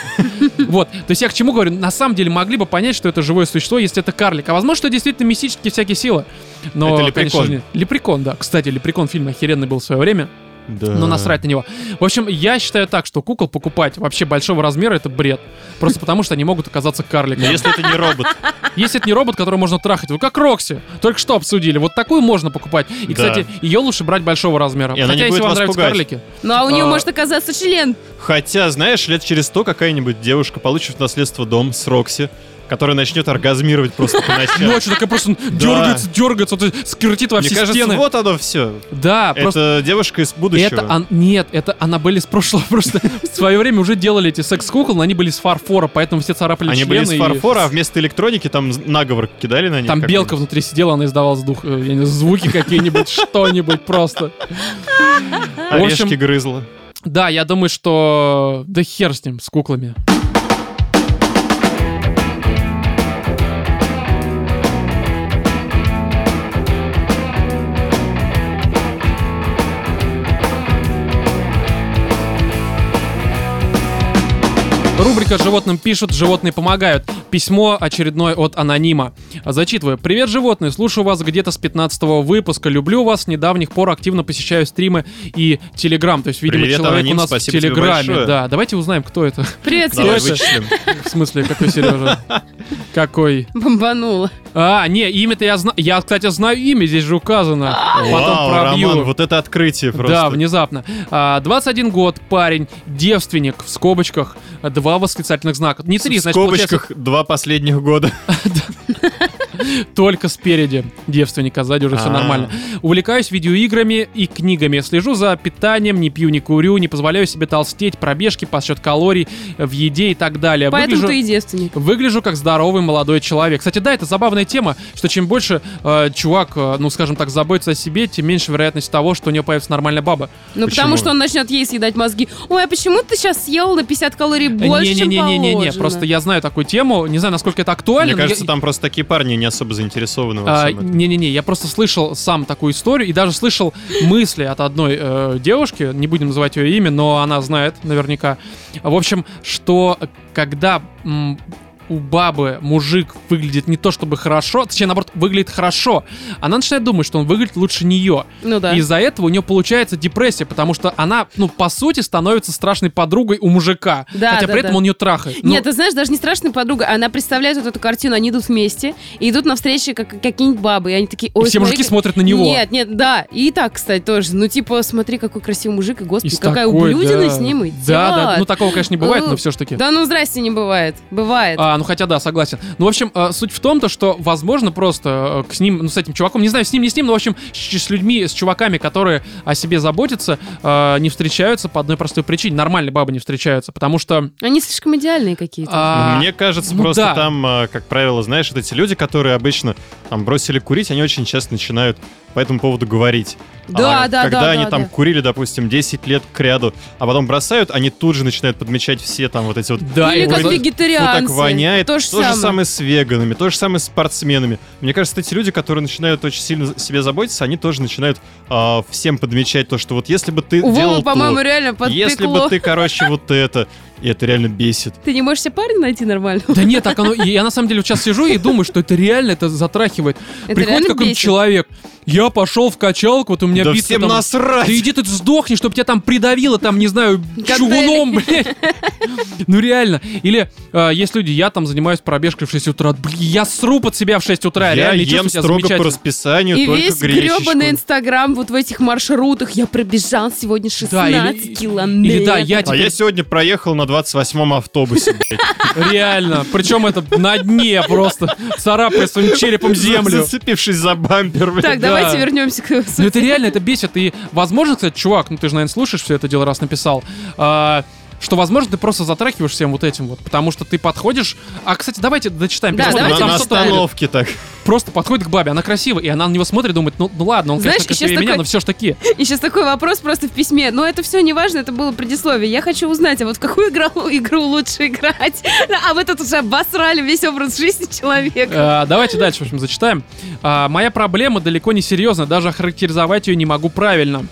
Speaker 1: Вот. То есть я к чему говорю? На самом деле могли бы понять, что это живое существо, если это карлик. А возможно, что действительно мистические всякие силы. Но,
Speaker 2: Это лепрекон.
Speaker 1: конечно же, нет. Лепрекон, да. Кстати, лепрекон фильм охеренный был в свое время.
Speaker 2: Да.
Speaker 1: Но Ну, насрать на него. В общем, я считаю так, что кукол покупать вообще большого размера это бред. Просто потому, что они могут оказаться
Speaker 2: Но
Speaker 1: карликами.
Speaker 2: Ну, если это не робот.
Speaker 1: Если это не робот, который можно трахать, вы как Рокси, только что обсудили. Вот такую можно покупать. И,
Speaker 2: Да.
Speaker 1: кстати, ее лучше брать большого размера.
Speaker 2: И она
Speaker 1: Хотя,
Speaker 2: не
Speaker 1: если
Speaker 2: будет
Speaker 1: вам
Speaker 2: вас
Speaker 1: нравятся
Speaker 2: пугать.
Speaker 1: карлики.
Speaker 3: Ну, а у нее
Speaker 1: А.
Speaker 3: может оказаться член.
Speaker 2: Хотя, знаешь, лет через сто какая-нибудь девушка получит в наследство дом с Рокси, которая начнет оргазмировать просто по ночам.
Speaker 1: Ночью такая просто
Speaker 2: Да.
Speaker 1: дергается, дергается, вот это скрутит во
Speaker 2: Мне
Speaker 1: все
Speaker 2: кажется,
Speaker 1: стены.
Speaker 2: вот оно все.
Speaker 1: Да, просто...
Speaker 2: Это девушка из будущего.
Speaker 1: Это, ан- нет, это Аннабель из прошлого. Просто в свое время уже делали эти секс-кукол, но они были из фарфора, поэтому все царапали
Speaker 2: Они были из
Speaker 1: члены и-
Speaker 2: фарфора, а вместо электроники там з- наговор кидали на них.
Speaker 1: Там
Speaker 2: какой-нибудь.
Speaker 1: белка внутри сидела, она издавала сдух- э, я не знаю, звуки какие-нибудь, что-нибудь просто.
Speaker 2: Орешки
Speaker 1: в общем-
Speaker 2: грызла.
Speaker 1: Да, я думаю, что... Да хер с ним, с куклами. Рубрика «Животным пишут, животные помогают». Письмо очередное от анонима. Зачитываю. «Привет, животные! Слушаю вас где-то с 15 выпуска. Люблю вас. С недавних пор активно посещаю стримы и Телеграм». То есть, видимо,
Speaker 2: Привет,
Speaker 1: человек
Speaker 2: аноним,
Speaker 1: у нас
Speaker 2: спасибо
Speaker 1: в
Speaker 2: тебе
Speaker 1: Телеграме.
Speaker 2: большое.
Speaker 1: Да, давайте узнаем, кто это.
Speaker 3: Привет,
Speaker 2: Давай
Speaker 3: Сереж.
Speaker 1: Серёжа.
Speaker 2: вычислим.
Speaker 1: В смысле, какой Сережа? Какой?
Speaker 3: Бомбанула.
Speaker 1: А, не, имя-то я знаю. Я, кстати, знаю имя, здесь же указано.
Speaker 3: А.
Speaker 1: Потом
Speaker 2: Вау,
Speaker 1: пробью.
Speaker 2: Роман, вот это открытие
Speaker 1: Да,
Speaker 2: просто.
Speaker 1: внезапно. А, 21 год, парень, девственник, в скобочках, два восклицательных знака. Не три,
Speaker 2: В
Speaker 1: значит, получается,
Speaker 2: скобочках два последних года.
Speaker 1: только спереди девственника, сзади уже все
Speaker 2: А.
Speaker 1: нормально. Увлекаюсь видеоиграми и книгами. Слежу за питанием, не пью, не курю, не позволяю себе толстеть, пробежки, подсчет калорий в еде и так далее.
Speaker 3: Поэтому
Speaker 1: Выгляжу-
Speaker 3: ты и девственник.
Speaker 1: Выгляжу как здоровый молодой человек. Кстати, да, это забавная тема, что чем больше э, чувак, э, ну скажем так, заботится о себе, тем меньше вероятность того, что у него появится нормальная баба.
Speaker 3: Ну,
Speaker 2: Почему?
Speaker 3: потому что он начнет ей съедать мозги. Ой, а почему ты сейчас съел на 50 калорий больше, чем
Speaker 1: Не-не-не-не-не,
Speaker 3: положено?
Speaker 1: просто я знаю такую тему, не знаю, насколько это актуально.
Speaker 2: Мне
Speaker 1: но ну, я-
Speaker 2: кажется, там просто такие парни не особо заинтересованы во
Speaker 1: А,
Speaker 2: всем этом.
Speaker 1: Не-не-не, я просто слышал сам такую историю и даже слышал мысли от одной э, девушки, не будем называть ее имя, но она знает наверняка. В общем, что когда м, у бабы мужик выглядит не то чтобы хорошо, точнее, наоборот, выглядит хорошо, она начинает думать, что он выглядит лучше нее.
Speaker 3: Ну да.
Speaker 1: И из-за этого у нее получается депрессия, потому что она, ну, по сути, становится страшной подругой у мужика.
Speaker 3: Да,
Speaker 1: хотя
Speaker 3: да,
Speaker 1: при этом
Speaker 3: да.
Speaker 1: он ее трахает. Ну,
Speaker 3: Нет, ты знаешь, даже не страшная подруга, она представляет вот эту картину, они идут вместе, и идут навстречу как, какие-нибудь бабы, и они такие,
Speaker 1: и
Speaker 3: ой,
Speaker 1: все мужики
Speaker 3: смотри,
Speaker 1: смотрят на него.
Speaker 3: Нет, нет, да, и так, кстати, тоже, ну типа, смотри, какой красивый мужик, и
Speaker 1: И
Speaker 3: господи,
Speaker 1: с
Speaker 3: какая
Speaker 1: такой,
Speaker 3: ублюдина
Speaker 1: да.
Speaker 3: с ним идет.
Speaker 1: Да, да, ну такого, конечно, не бывает,
Speaker 3: Ну,
Speaker 1: но все ж таки.
Speaker 3: Да ну здрасте, не бывает, бывает.
Speaker 1: А, ну хотя да, согласен. Ну, в общем, э, суть в том, то, что, возможно, просто э, к с ним, ну, с этим чуваком, не знаю, с ним, не с ним, но, в общем, с, ч- с людьми, с чуваками, которые о себе заботятся, э, не встречаются по одной простой причине. Нормальные бабы не встречаются, потому что...
Speaker 3: Они слишком идеальные какие-то.
Speaker 1: а,
Speaker 2: Мне кажется,
Speaker 1: ну
Speaker 2: просто
Speaker 1: да.
Speaker 2: там, а, как правило, знаешь, вот эти люди, которые обычно там бросили курить, они очень часто начинают по этому поводу говорить.
Speaker 3: Да,
Speaker 2: А
Speaker 3: да,
Speaker 2: Когда
Speaker 3: да,
Speaker 2: они
Speaker 3: да,
Speaker 2: там
Speaker 3: да.
Speaker 2: курили, допустим, 10 лет к ряду, а потом бросают, они тут же начинают подмечать все там вот эти вот
Speaker 1: Да,
Speaker 3: Или
Speaker 1: и
Speaker 3: как
Speaker 1: вот-
Speaker 2: «Фу,
Speaker 3: вегетарианцы.
Speaker 2: Ну, так воняет.
Speaker 3: То же самое.
Speaker 2: с веганами, то же самое с спортсменами. Мне кажется, эти люди, которые начинают очень сильно за- себе заботиться, они тоже начинают а, всем подмечать то, что вот если бы ты
Speaker 3: У
Speaker 2: делал
Speaker 3: Вовы, по-моему,
Speaker 2: то,
Speaker 3: реально подпекло.
Speaker 2: ну, если бы ты, короче, вот это, и это реально бесит.
Speaker 3: Ты не можешь себе парня найти нормально?
Speaker 1: Да нет, так оно... и Я на самом деле вот сейчас сижу и думаю, что это реально это затрахивает.
Speaker 3: Это
Speaker 1: Приходит
Speaker 3: реально
Speaker 1: какой-нибудь
Speaker 3: бесит.
Speaker 1: человек, я пошел в качалку, вот у меня
Speaker 2: да
Speaker 1: битва
Speaker 2: всем
Speaker 1: там-
Speaker 2: насрать!
Speaker 1: Ты иди тут сдохни, чтобы тебя там придавило, там, не знаю, чугуном, блядь. Ну реально. Или э, есть люди, я там занимаюсь пробежкой в 6 утра. Блин, я сру под себя в 6 утра.
Speaker 2: Я
Speaker 1: реально, и
Speaker 2: ем
Speaker 1: чувствую себя
Speaker 2: строго по
Speaker 1: замечательно.
Speaker 2: расписанию,
Speaker 3: И
Speaker 2: только
Speaker 3: весь
Speaker 2: гречечку.
Speaker 3: гребаный инстаграм вот в этих маршрутах. Я пробежал сегодня 16
Speaker 1: Да, или-
Speaker 3: километров.
Speaker 1: или да, я
Speaker 2: А
Speaker 1: теперь
Speaker 2: я сегодня проехал на 28-м автобусе, блядь.
Speaker 1: реально. Причем это на дне просто царапая своим черепом землю.
Speaker 2: Зацепившись за бампер, блядь.
Speaker 3: Так,
Speaker 1: да.
Speaker 3: давайте вернемся к...
Speaker 1: Ну это реально, это бесит. И, возможно, кстати, чувак, ну ты же, наверное, слушаешь все это дело, раз написал, а, что, возможно, ты просто затрахиваешь всем вот этим вот, потому что ты подходишь... А, кстати, давайте дочитаем.
Speaker 3: Да,
Speaker 1: письмо,
Speaker 2: На,
Speaker 3: давайте
Speaker 1: там
Speaker 2: на
Speaker 1: что-то будет.
Speaker 2: остановке так.
Speaker 1: просто подходит к бабе, она красивая, и она на него смотрит, думает, ну, ну ладно, он,
Speaker 3: Знаешь,
Speaker 1: конечно, красивее
Speaker 3: сейчас
Speaker 1: меня,
Speaker 3: такой-
Speaker 1: но все ж таки.
Speaker 3: И сейчас такой вопрос просто в письме. Но это все не важно, это было предисловие. Я хочу узнать, а вот в какую игру, игру лучше играть? А вот этот уже обосрали весь образ жизни человека.
Speaker 1: Э, давайте дальше, в общем, зачитаем. А, моя проблема далеко не серьезная, даже охарактеризовать ее не могу правильно.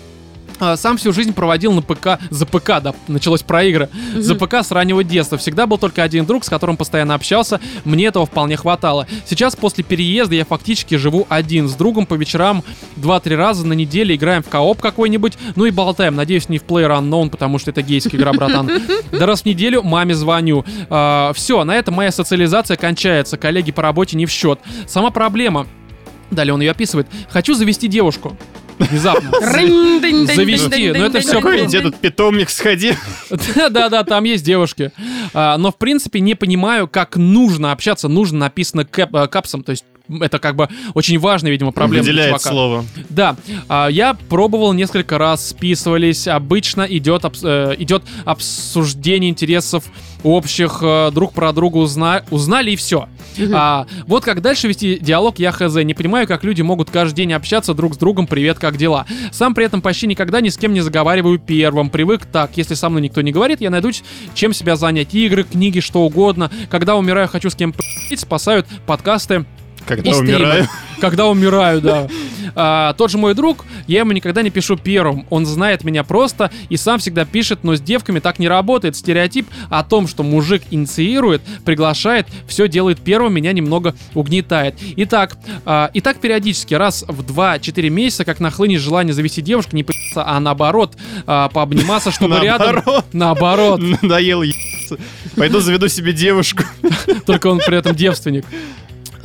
Speaker 1: А, Сам всю жизнь проводил на ПК, за ПК, да, началось про игры, за ПК с раннего детства. Всегда был только один друг, с которым постоянно общался, мне этого вполне хватало. Сейчас после переезда я фактически живу один, с другом по вечерам 2-3 раза на неделе играем в кооп какой-нибудь, ну и болтаем, надеюсь, не в Player Unknown, потому что это гейская игра, братан. Да раз в неделю маме звоню. Все, на этом моя социализация кончается, коллеги по работе не в счет. Сама проблема, Далее он ее описывает. Хочу завести девушку. внезапно. Э, Завести, ну это всё
Speaker 2: Какой
Speaker 1: было.
Speaker 2: где этот питомник сходи?
Speaker 1: Да-да-да, там есть девушки. А, Но, в принципе, не понимаю, как нужно общаться. Нужно написано кэп- э, капсом, то есть это как бы очень важная, видимо, проблема для
Speaker 2: Выделяет
Speaker 1: чувака.
Speaker 2: слово.
Speaker 1: Да, а, я пробовал несколько раз, списывались. Обычно идет, обс- э, идет обсуждение интересов общих, э, друг про друга узна- узнали и все. А, вот как дальше вести диалог, я хз. Не понимаю, как люди могут каждый день общаться друг с другом, привет, как дела. Сам при этом почти никогда ни с кем не заговариваю первым. Привык так, если со мной никто не говорит, я найду чем себя занять. Игры, книги, что угодно. Когда умираю, хочу с кем по***ть, спасают подкасты
Speaker 2: Когда
Speaker 1: и стримы.
Speaker 2: умираю.
Speaker 1: Когда умираю, да. А, тот же мой друг, я ему никогда не пишу первым. Он знает меня просто и сам всегда пишет, но с девками так не работает. Стереотип о том, что мужик инициирует, приглашает, все делает первым, меня немного угнетает. Итак, а, и так периодически, раз в 2-4 месяца, как нахлынет желание завести девушку, не пи***ться, а наоборот, а, пообниматься, чтобы рядом...
Speaker 2: Наоборот.
Speaker 1: Наоборот,
Speaker 2: Надоел ебаться. Пойду заведу себе девушку.
Speaker 1: только он при этом девственник.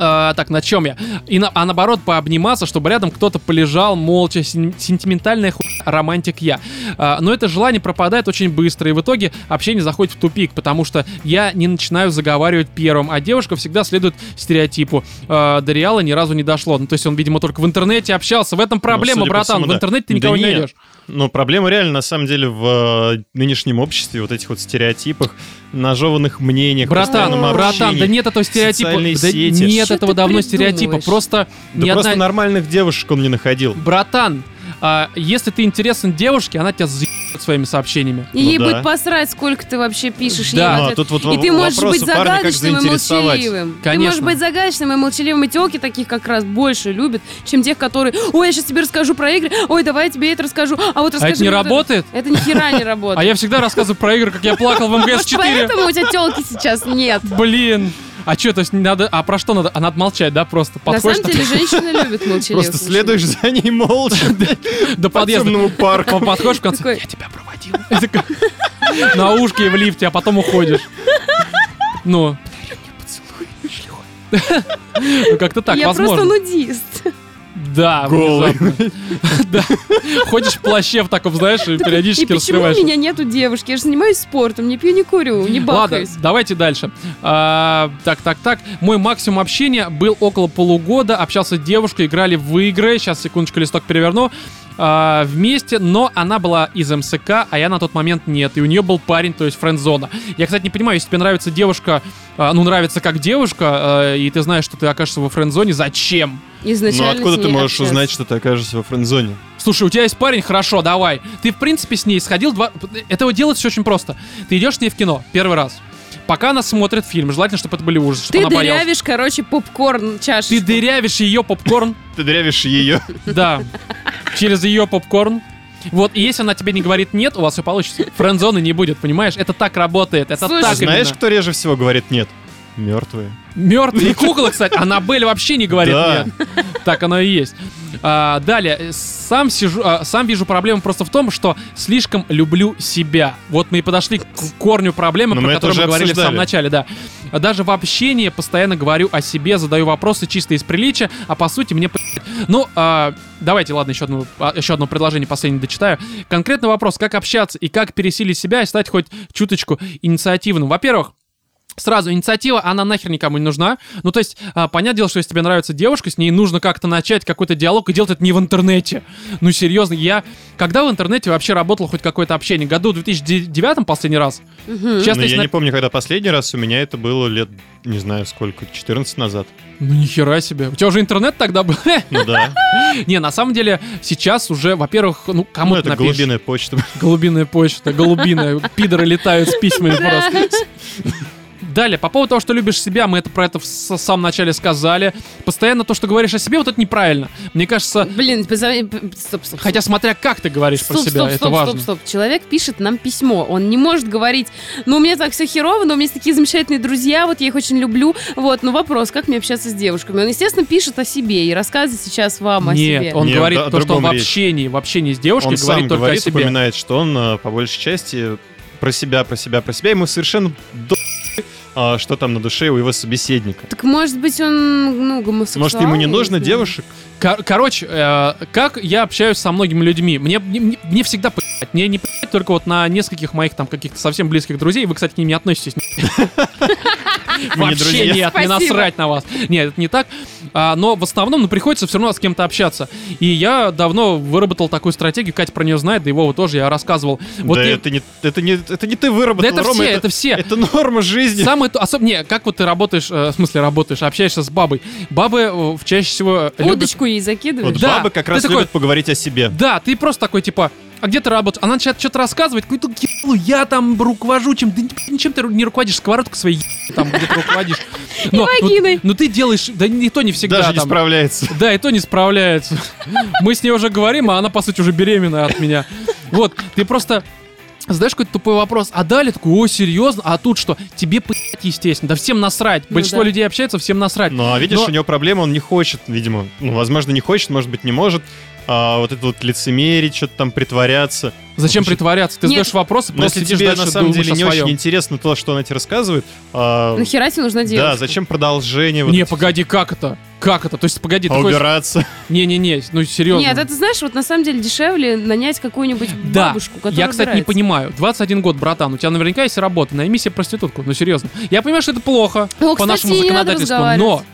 Speaker 1: А, так, на чем я? И на- а наоборот, пообниматься, чтобы рядом кто-то полежал молча, сен- сентиментальная ху... романтик я. А, но это желание пропадает очень быстро, и в итоге общение заходит в тупик, потому что я не начинаю заговаривать первым, а девушка всегда следует стереотипу. А, до реала ни разу не дошло. Ну, то есть он, видимо, только в интернете общался. В этом проблема,
Speaker 2: Ну, судя по
Speaker 1: братан.
Speaker 2: всему,
Speaker 1: в
Speaker 2: да.
Speaker 1: интернете ты
Speaker 2: Да
Speaker 1: никого не
Speaker 2: нет.
Speaker 1: найдешь.
Speaker 2: Но Ну, проблема реально, на самом деле, в э, нынешнем обществе, вот этих вот стереотипах, нажеванных мнениях,
Speaker 1: Братан,
Speaker 2: постоянном
Speaker 1: братан,
Speaker 2: общении.
Speaker 1: да нет этого стереотипа.
Speaker 2: социальные
Speaker 1: Да
Speaker 2: сети.
Speaker 1: нет
Speaker 3: Что
Speaker 1: этого
Speaker 3: ты
Speaker 1: давно
Speaker 3: придумываешь?
Speaker 1: стереотипа. Просто
Speaker 2: Да
Speaker 1: ни
Speaker 2: просто
Speaker 1: одна
Speaker 2: нормальных девушек он не находил.
Speaker 1: Братан, а, если ты интересен девушке, она тебя заебет своими сообщениями. А
Speaker 3: И ей
Speaker 2: Ну да.
Speaker 3: будет посрать, сколько ты вообще пишешь
Speaker 1: Да.
Speaker 3: ей в
Speaker 2: Ну, а
Speaker 3: ответ.
Speaker 2: тут вот
Speaker 3: И ты
Speaker 2: в-
Speaker 3: можешь
Speaker 2: вопрос
Speaker 3: быть
Speaker 2: у парня, как
Speaker 3: загадочным и
Speaker 2: заинтересовать.
Speaker 3: молчаливым. Ты
Speaker 1: Конечно.
Speaker 3: можешь быть загадочным и молчаливым. И телки таких как раз больше любят, чем тех, которые «Ой, я сейчас тебе расскажу про игры, ой, давай я тебе это расскажу, а вот
Speaker 1: А
Speaker 3: расскажи
Speaker 1: это не
Speaker 3: мне вот
Speaker 1: работает?
Speaker 3: Это ни хера не работает.
Speaker 1: А я всегда рассказываю про игры, как я плакал в МГС-4.
Speaker 3: Поэтому у тебя телки сейчас нет.
Speaker 1: Блин. А что, то есть не надо... А про что надо? А надо молчать, да, просто?
Speaker 3: На
Speaker 1: Подходишь
Speaker 3: самом
Speaker 1: там
Speaker 3: деле женщины любят молчаливых.
Speaker 2: Просто
Speaker 3: мужчин.
Speaker 2: следуешь за ней молча
Speaker 1: до
Speaker 2: по
Speaker 1: подъезда.
Speaker 2: темному парку.
Speaker 1: Он подходишь в конце,
Speaker 3: Такой.
Speaker 1: я тебя проводил. И такой, На ушке и в лифте, а потом уходишь. Ну. Ну, как-то так,
Speaker 3: Я просто
Speaker 1: возможно.
Speaker 3: нудист.
Speaker 1: Да,
Speaker 2: Голый.
Speaker 1: внезапно. Да. Ходишь в плаще в таком, знаешь, и
Speaker 3: И
Speaker 1: периодически
Speaker 3: почему у
Speaker 1: раскрываешь.
Speaker 3: меня нету девушки? Я же занимаюсь спортом, не пью, не курю,
Speaker 1: Ладно,
Speaker 3: не
Speaker 2: Ну,
Speaker 3: бахаюсь.
Speaker 1: давайте дальше. А, так, так, так. Мой максимум общения был около полугода. Общался с девушкой, играли в игры. Сейчас, секундочку, листок переверну. А, вместе, но она была из МСК, а я на тот момент нет. И у нее был парень, то есть френдзона. Я, кстати, не понимаю, если тебе нравится девушка, а, ну, нравится как девушка, а, и ты знаешь, что ты окажешься во френдзоне, зачем?
Speaker 2: Ну
Speaker 3: Изначально
Speaker 2: откуда
Speaker 3: с
Speaker 2: ты
Speaker 3: ней
Speaker 2: можешь
Speaker 3: общаться.
Speaker 2: узнать, что ты окажешься во френдзоне?
Speaker 1: Слушай, у тебя есть парень, хорошо, давай. Ты, в принципе, с ней сходил два... Это вот делать все очень просто. Ты идешь с ней в кино первый раз. Пока она смотрит фильм, желательно, чтобы это были ужасы, чтобы
Speaker 3: Ты
Speaker 1: она боялась.
Speaker 3: дырявишь, короче, попкорн чашечку.
Speaker 1: Ты дырявишь ее попкорн,
Speaker 2: Ты дрявишь ее.
Speaker 1: да, через ее попкорн. Вот, и если она тебе не говорит нет, у вас все получится. Френдзоны не будет, понимаешь? Это так работает, это
Speaker 3: Слушай,
Speaker 1: так
Speaker 2: Знаешь, кто реже всего говорит нет? Мертвые.
Speaker 1: Мертвые куклы, кстати, Аннабель вообще не говорит
Speaker 2: Да.
Speaker 1: нет. Так оно и есть. А, далее, э, сам, сижу, а, сам вижу проблему просто в том, что слишком люблю себя. Вот мы и подошли к корню проблемы, про
Speaker 2: Но Ну, мы это
Speaker 1: которую мы
Speaker 2: уже
Speaker 1: говорили в самом
Speaker 2: обсуждали.
Speaker 1: начале, да. А Даже в общении постоянно говорю о себе, задаю вопросы чисто из приличия, а по сути мне... п***ть. Ну, а, давайте, ладно, еще одно, а, еще одно предложение последнее дочитаю. Конкретный вопрос, как общаться и как пересилить себя и стать хоть чуточку инициативным. Во-первых, Сразу, инициатива, она нахер никому не нужна. Ну, то есть, а, понятное дело, что если тебе нравится девушка, с ней нужно как-то начать какой-то диалог, и делать это не в интернете. Ну, серьезно, я... Когда в интернете вообще работало хоть какое-то общение? Году в 2009 последний раз? Сейчас, если
Speaker 2: Но Ну, я
Speaker 1: на-
Speaker 2: не помню, когда последний раз у меня это было лет, не знаю сколько, 14 назад.
Speaker 1: Ну, нихера себе. У тебя уже интернет тогда был?
Speaker 2: Ну да.
Speaker 1: Не, на самом деле, сейчас уже, во-первых, ну, кому
Speaker 2: Ну
Speaker 1: ты
Speaker 2: это
Speaker 1: напишешь?
Speaker 2: глубинная почта.
Speaker 1: Голубиная почта, голубиная. Пидоры летают с письмами просто. Далее, по поводу того, что любишь себя, мы это про это в с- самом начале сказали. Постоянно то, что говоришь о себе, вот это неправильно. Мне кажется,
Speaker 3: Блин, позови- п- стоп, стоп.
Speaker 1: хотя смотря как ты говоришь про
Speaker 3: Стоп,
Speaker 1: себя,
Speaker 3: стоп,
Speaker 1: это
Speaker 3: стоп,
Speaker 1: важно.
Speaker 3: стоп, стоп. Человек пишет нам письмо. Он не может говорить, ну, у меня так все херово, но у меня есть такие замечательные друзья, вот я их очень люблю. Вот, но вопрос, как мне общаться с девушками? Он, естественно, пишет о себе и рассказывает сейчас вам о себе.
Speaker 1: Нет, он
Speaker 2: Нет,
Speaker 1: говорит
Speaker 2: да, о
Speaker 1: то, что он в
Speaker 2: другом речь.
Speaker 1: общении, в общении с девушкой
Speaker 2: Он
Speaker 1: говорит
Speaker 2: сам
Speaker 1: только
Speaker 2: говорит,
Speaker 1: о себе.
Speaker 2: упоминает, что он э, по большей части про себя, про себя, про себя. Ему совершенно до... а, что там на душе у его собеседника.
Speaker 3: Так может быть он, ну, гомосексуал?
Speaker 2: Может, ему не
Speaker 3: я
Speaker 2: нужно
Speaker 3: знаю.
Speaker 2: девушек?
Speaker 1: Кор- короче, э, как я общаюсь со многими людьми? Мне, мне, мне всегда по***ть. Мне не по***ть только вот на нескольких моих там каких-то совсем близких друзей. Вы, кстати, к ним не относитесь.
Speaker 2: не
Speaker 1: Вообще
Speaker 2: друзья.
Speaker 1: нет, не
Speaker 3: Спасибо.
Speaker 1: насрать на вас. Нет, это не так. А, но в основном, ну, приходится все равно с кем-то общаться. И я давно выработал такую стратегию, Катя про нее знает, да его вот тоже я рассказывал. Вот
Speaker 2: да
Speaker 1: я-
Speaker 2: это, не, это, не, это не ты выработал,
Speaker 1: Да это
Speaker 2: Рома,
Speaker 1: все, это все.
Speaker 2: это норма жизни.
Speaker 1: Самое то, особо, не, как вот ты работаешь, э, в смысле работаешь, общаешься с бабой. Бабы э, в- чаще всего любят
Speaker 3: Удочку ей закидываешь?
Speaker 2: Вот
Speaker 1: Да,
Speaker 2: бабы как
Speaker 1: ты
Speaker 2: раз
Speaker 1: такой-
Speaker 2: любят поговорить о себе.
Speaker 1: Да, ты просто такой, типа, а где ты работаешь? Она начинает что-то рассказывать, какую-то ебаную, я там руковожу чем да ничем ты не руководишь, сковородкой своей ебаной там где ты руководишь. Но,
Speaker 3: вагиной.
Speaker 1: ну, ты делаешь, да и то не всегда
Speaker 2: Даже не
Speaker 1: там.
Speaker 2: справляется.
Speaker 1: Да, и то не справляется. Мы с ней уже говорим, а она, по сути, уже беременна от меня. Вот, ты просто знаешь, какой-то тупой вопрос. А далее такой, о, серьезно? А тут что? Тебе, пи***ть, естественно. Да всем насрать.
Speaker 3: Ну
Speaker 1: Большинство
Speaker 3: да.
Speaker 1: людей общается, всем насрать.
Speaker 2: Ну, а видишь,
Speaker 1: Но-
Speaker 2: у него проблема, он не хочет, видимо. Ну, возможно, не хочет, может быть, не может. А, вот это вот лицемерить, что-то там притворяться.
Speaker 1: Зачем
Speaker 2: Слушай,
Speaker 1: притворяться? Ты
Speaker 3: нет.
Speaker 1: задаешь вопросы,
Speaker 2: Но
Speaker 1: просто
Speaker 2: если
Speaker 1: сидишь
Speaker 2: тебе
Speaker 1: дальше,
Speaker 2: Ну, на самом
Speaker 1: думаешь
Speaker 2: деле
Speaker 1: о
Speaker 2: не
Speaker 1: своем.
Speaker 2: очень интересно то, что она тебе рассказывает, а,
Speaker 3: Нахера тебе нужна девушка?
Speaker 2: да, зачем продолжение вот
Speaker 1: Не,
Speaker 2: эти-
Speaker 1: погоди, как это? Как это? То есть, погоди,
Speaker 2: а
Speaker 1: такой...
Speaker 2: убираться?
Speaker 1: Не-не-не, ну серьезно.
Speaker 3: Нет, это знаешь, вот на самом деле дешевле нанять какую-нибудь
Speaker 1: Да,
Speaker 3: бабушку, которая
Speaker 1: я, кстати, не
Speaker 3: убирается.
Speaker 1: понимаю. 21 год, братан, у тебя наверняка есть работа, найми себе проститутку, ну серьезно. Я понимаю, что это плохо
Speaker 3: О,
Speaker 1: по
Speaker 3: кстати,
Speaker 1: нашему
Speaker 3: не надо
Speaker 1: законодательству, но
Speaker 3: разговаривать.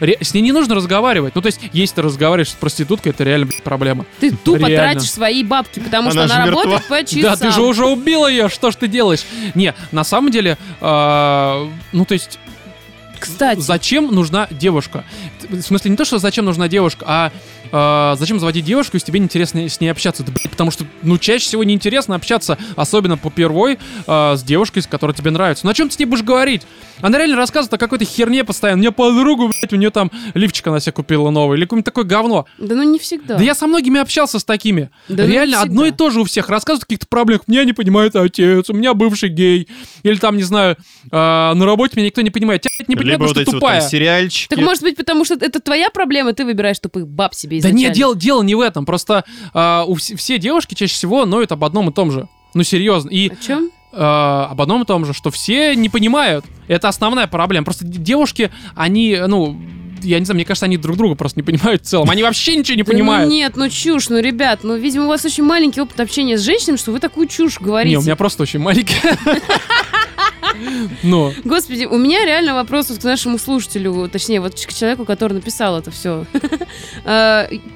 Speaker 1: ре- с ней не нужно разговаривать. Ну то есть, если ты разговариваешь с проституткой, это реально блядь, проблема.
Speaker 3: Ты тупо
Speaker 1: Реально.
Speaker 3: тратишь свои бабки, потому
Speaker 2: Она
Speaker 3: что
Speaker 2: же
Speaker 3: она
Speaker 2: мертва.
Speaker 3: работает по часам.
Speaker 1: Да, ты же уже убил ее, что ж ты делаешь? Не, на самом деле, а, ну то есть,
Speaker 3: Кстати,
Speaker 1: зачем нужна девушка? Т- В смысле, не то, что зачем нужна девушка, а э, зачем заводить девушку, если тебе неинтересно с ней общаться? Да, блин, потому что, ну, чаще всего неинтересно общаться, особенно по первой, э, с девушкой, с которой тебе нравится. Ну, о чем ты с ней будешь говорить? Она реально рассказывает о какой-то херне постоянно. У меня подругу, блядь, у нее там лифчик она себе купила новый, или какое-нибудь такое говно.
Speaker 3: да ну не всегда.
Speaker 1: Да. я со многими общался с такими.
Speaker 3: Да ну не
Speaker 1: Реально,
Speaker 3: всегда.
Speaker 1: одно и то же у всех. Рассказывают о каких-то проблемах. Меня не понимает отец, у меня бывший гей. Или там, не знаю, э, на работе меня никто не понимает. Тебя это не понимает,
Speaker 2: Либо вот
Speaker 1: потому
Speaker 2: эти
Speaker 1: что
Speaker 2: вот там
Speaker 1: тупая.
Speaker 2: сериальчики.
Speaker 3: Так может быть, потому что это твоя проблема, ты выбираешь тупых баб себе
Speaker 1: Да
Speaker 3: изначально.
Speaker 1: нет, дело, дело не в этом. Просто а, у вс- все девушки чаще всего ноют об одном и том же. Ну, серьезно. И
Speaker 3: О чем?
Speaker 1: а, об одном и том же, что все не понимают. Это основная проблема. Просто д- девушки, они, ну, я не знаю, мне кажется, они друг друга просто не понимают в целом. Они вообще ничего не
Speaker 3: Да ну
Speaker 1: понимают.
Speaker 3: нет, ну чушь, ну, ребят, ну, видимо, у вас очень маленький опыт общения с женщинами, что вы такую чушь говорите.
Speaker 1: Не, у меня просто очень маленький. Ну,
Speaker 3: Господи, у меня реально вопрос вот к нашему слушателю, точнее, вот к человеку, который написал это все.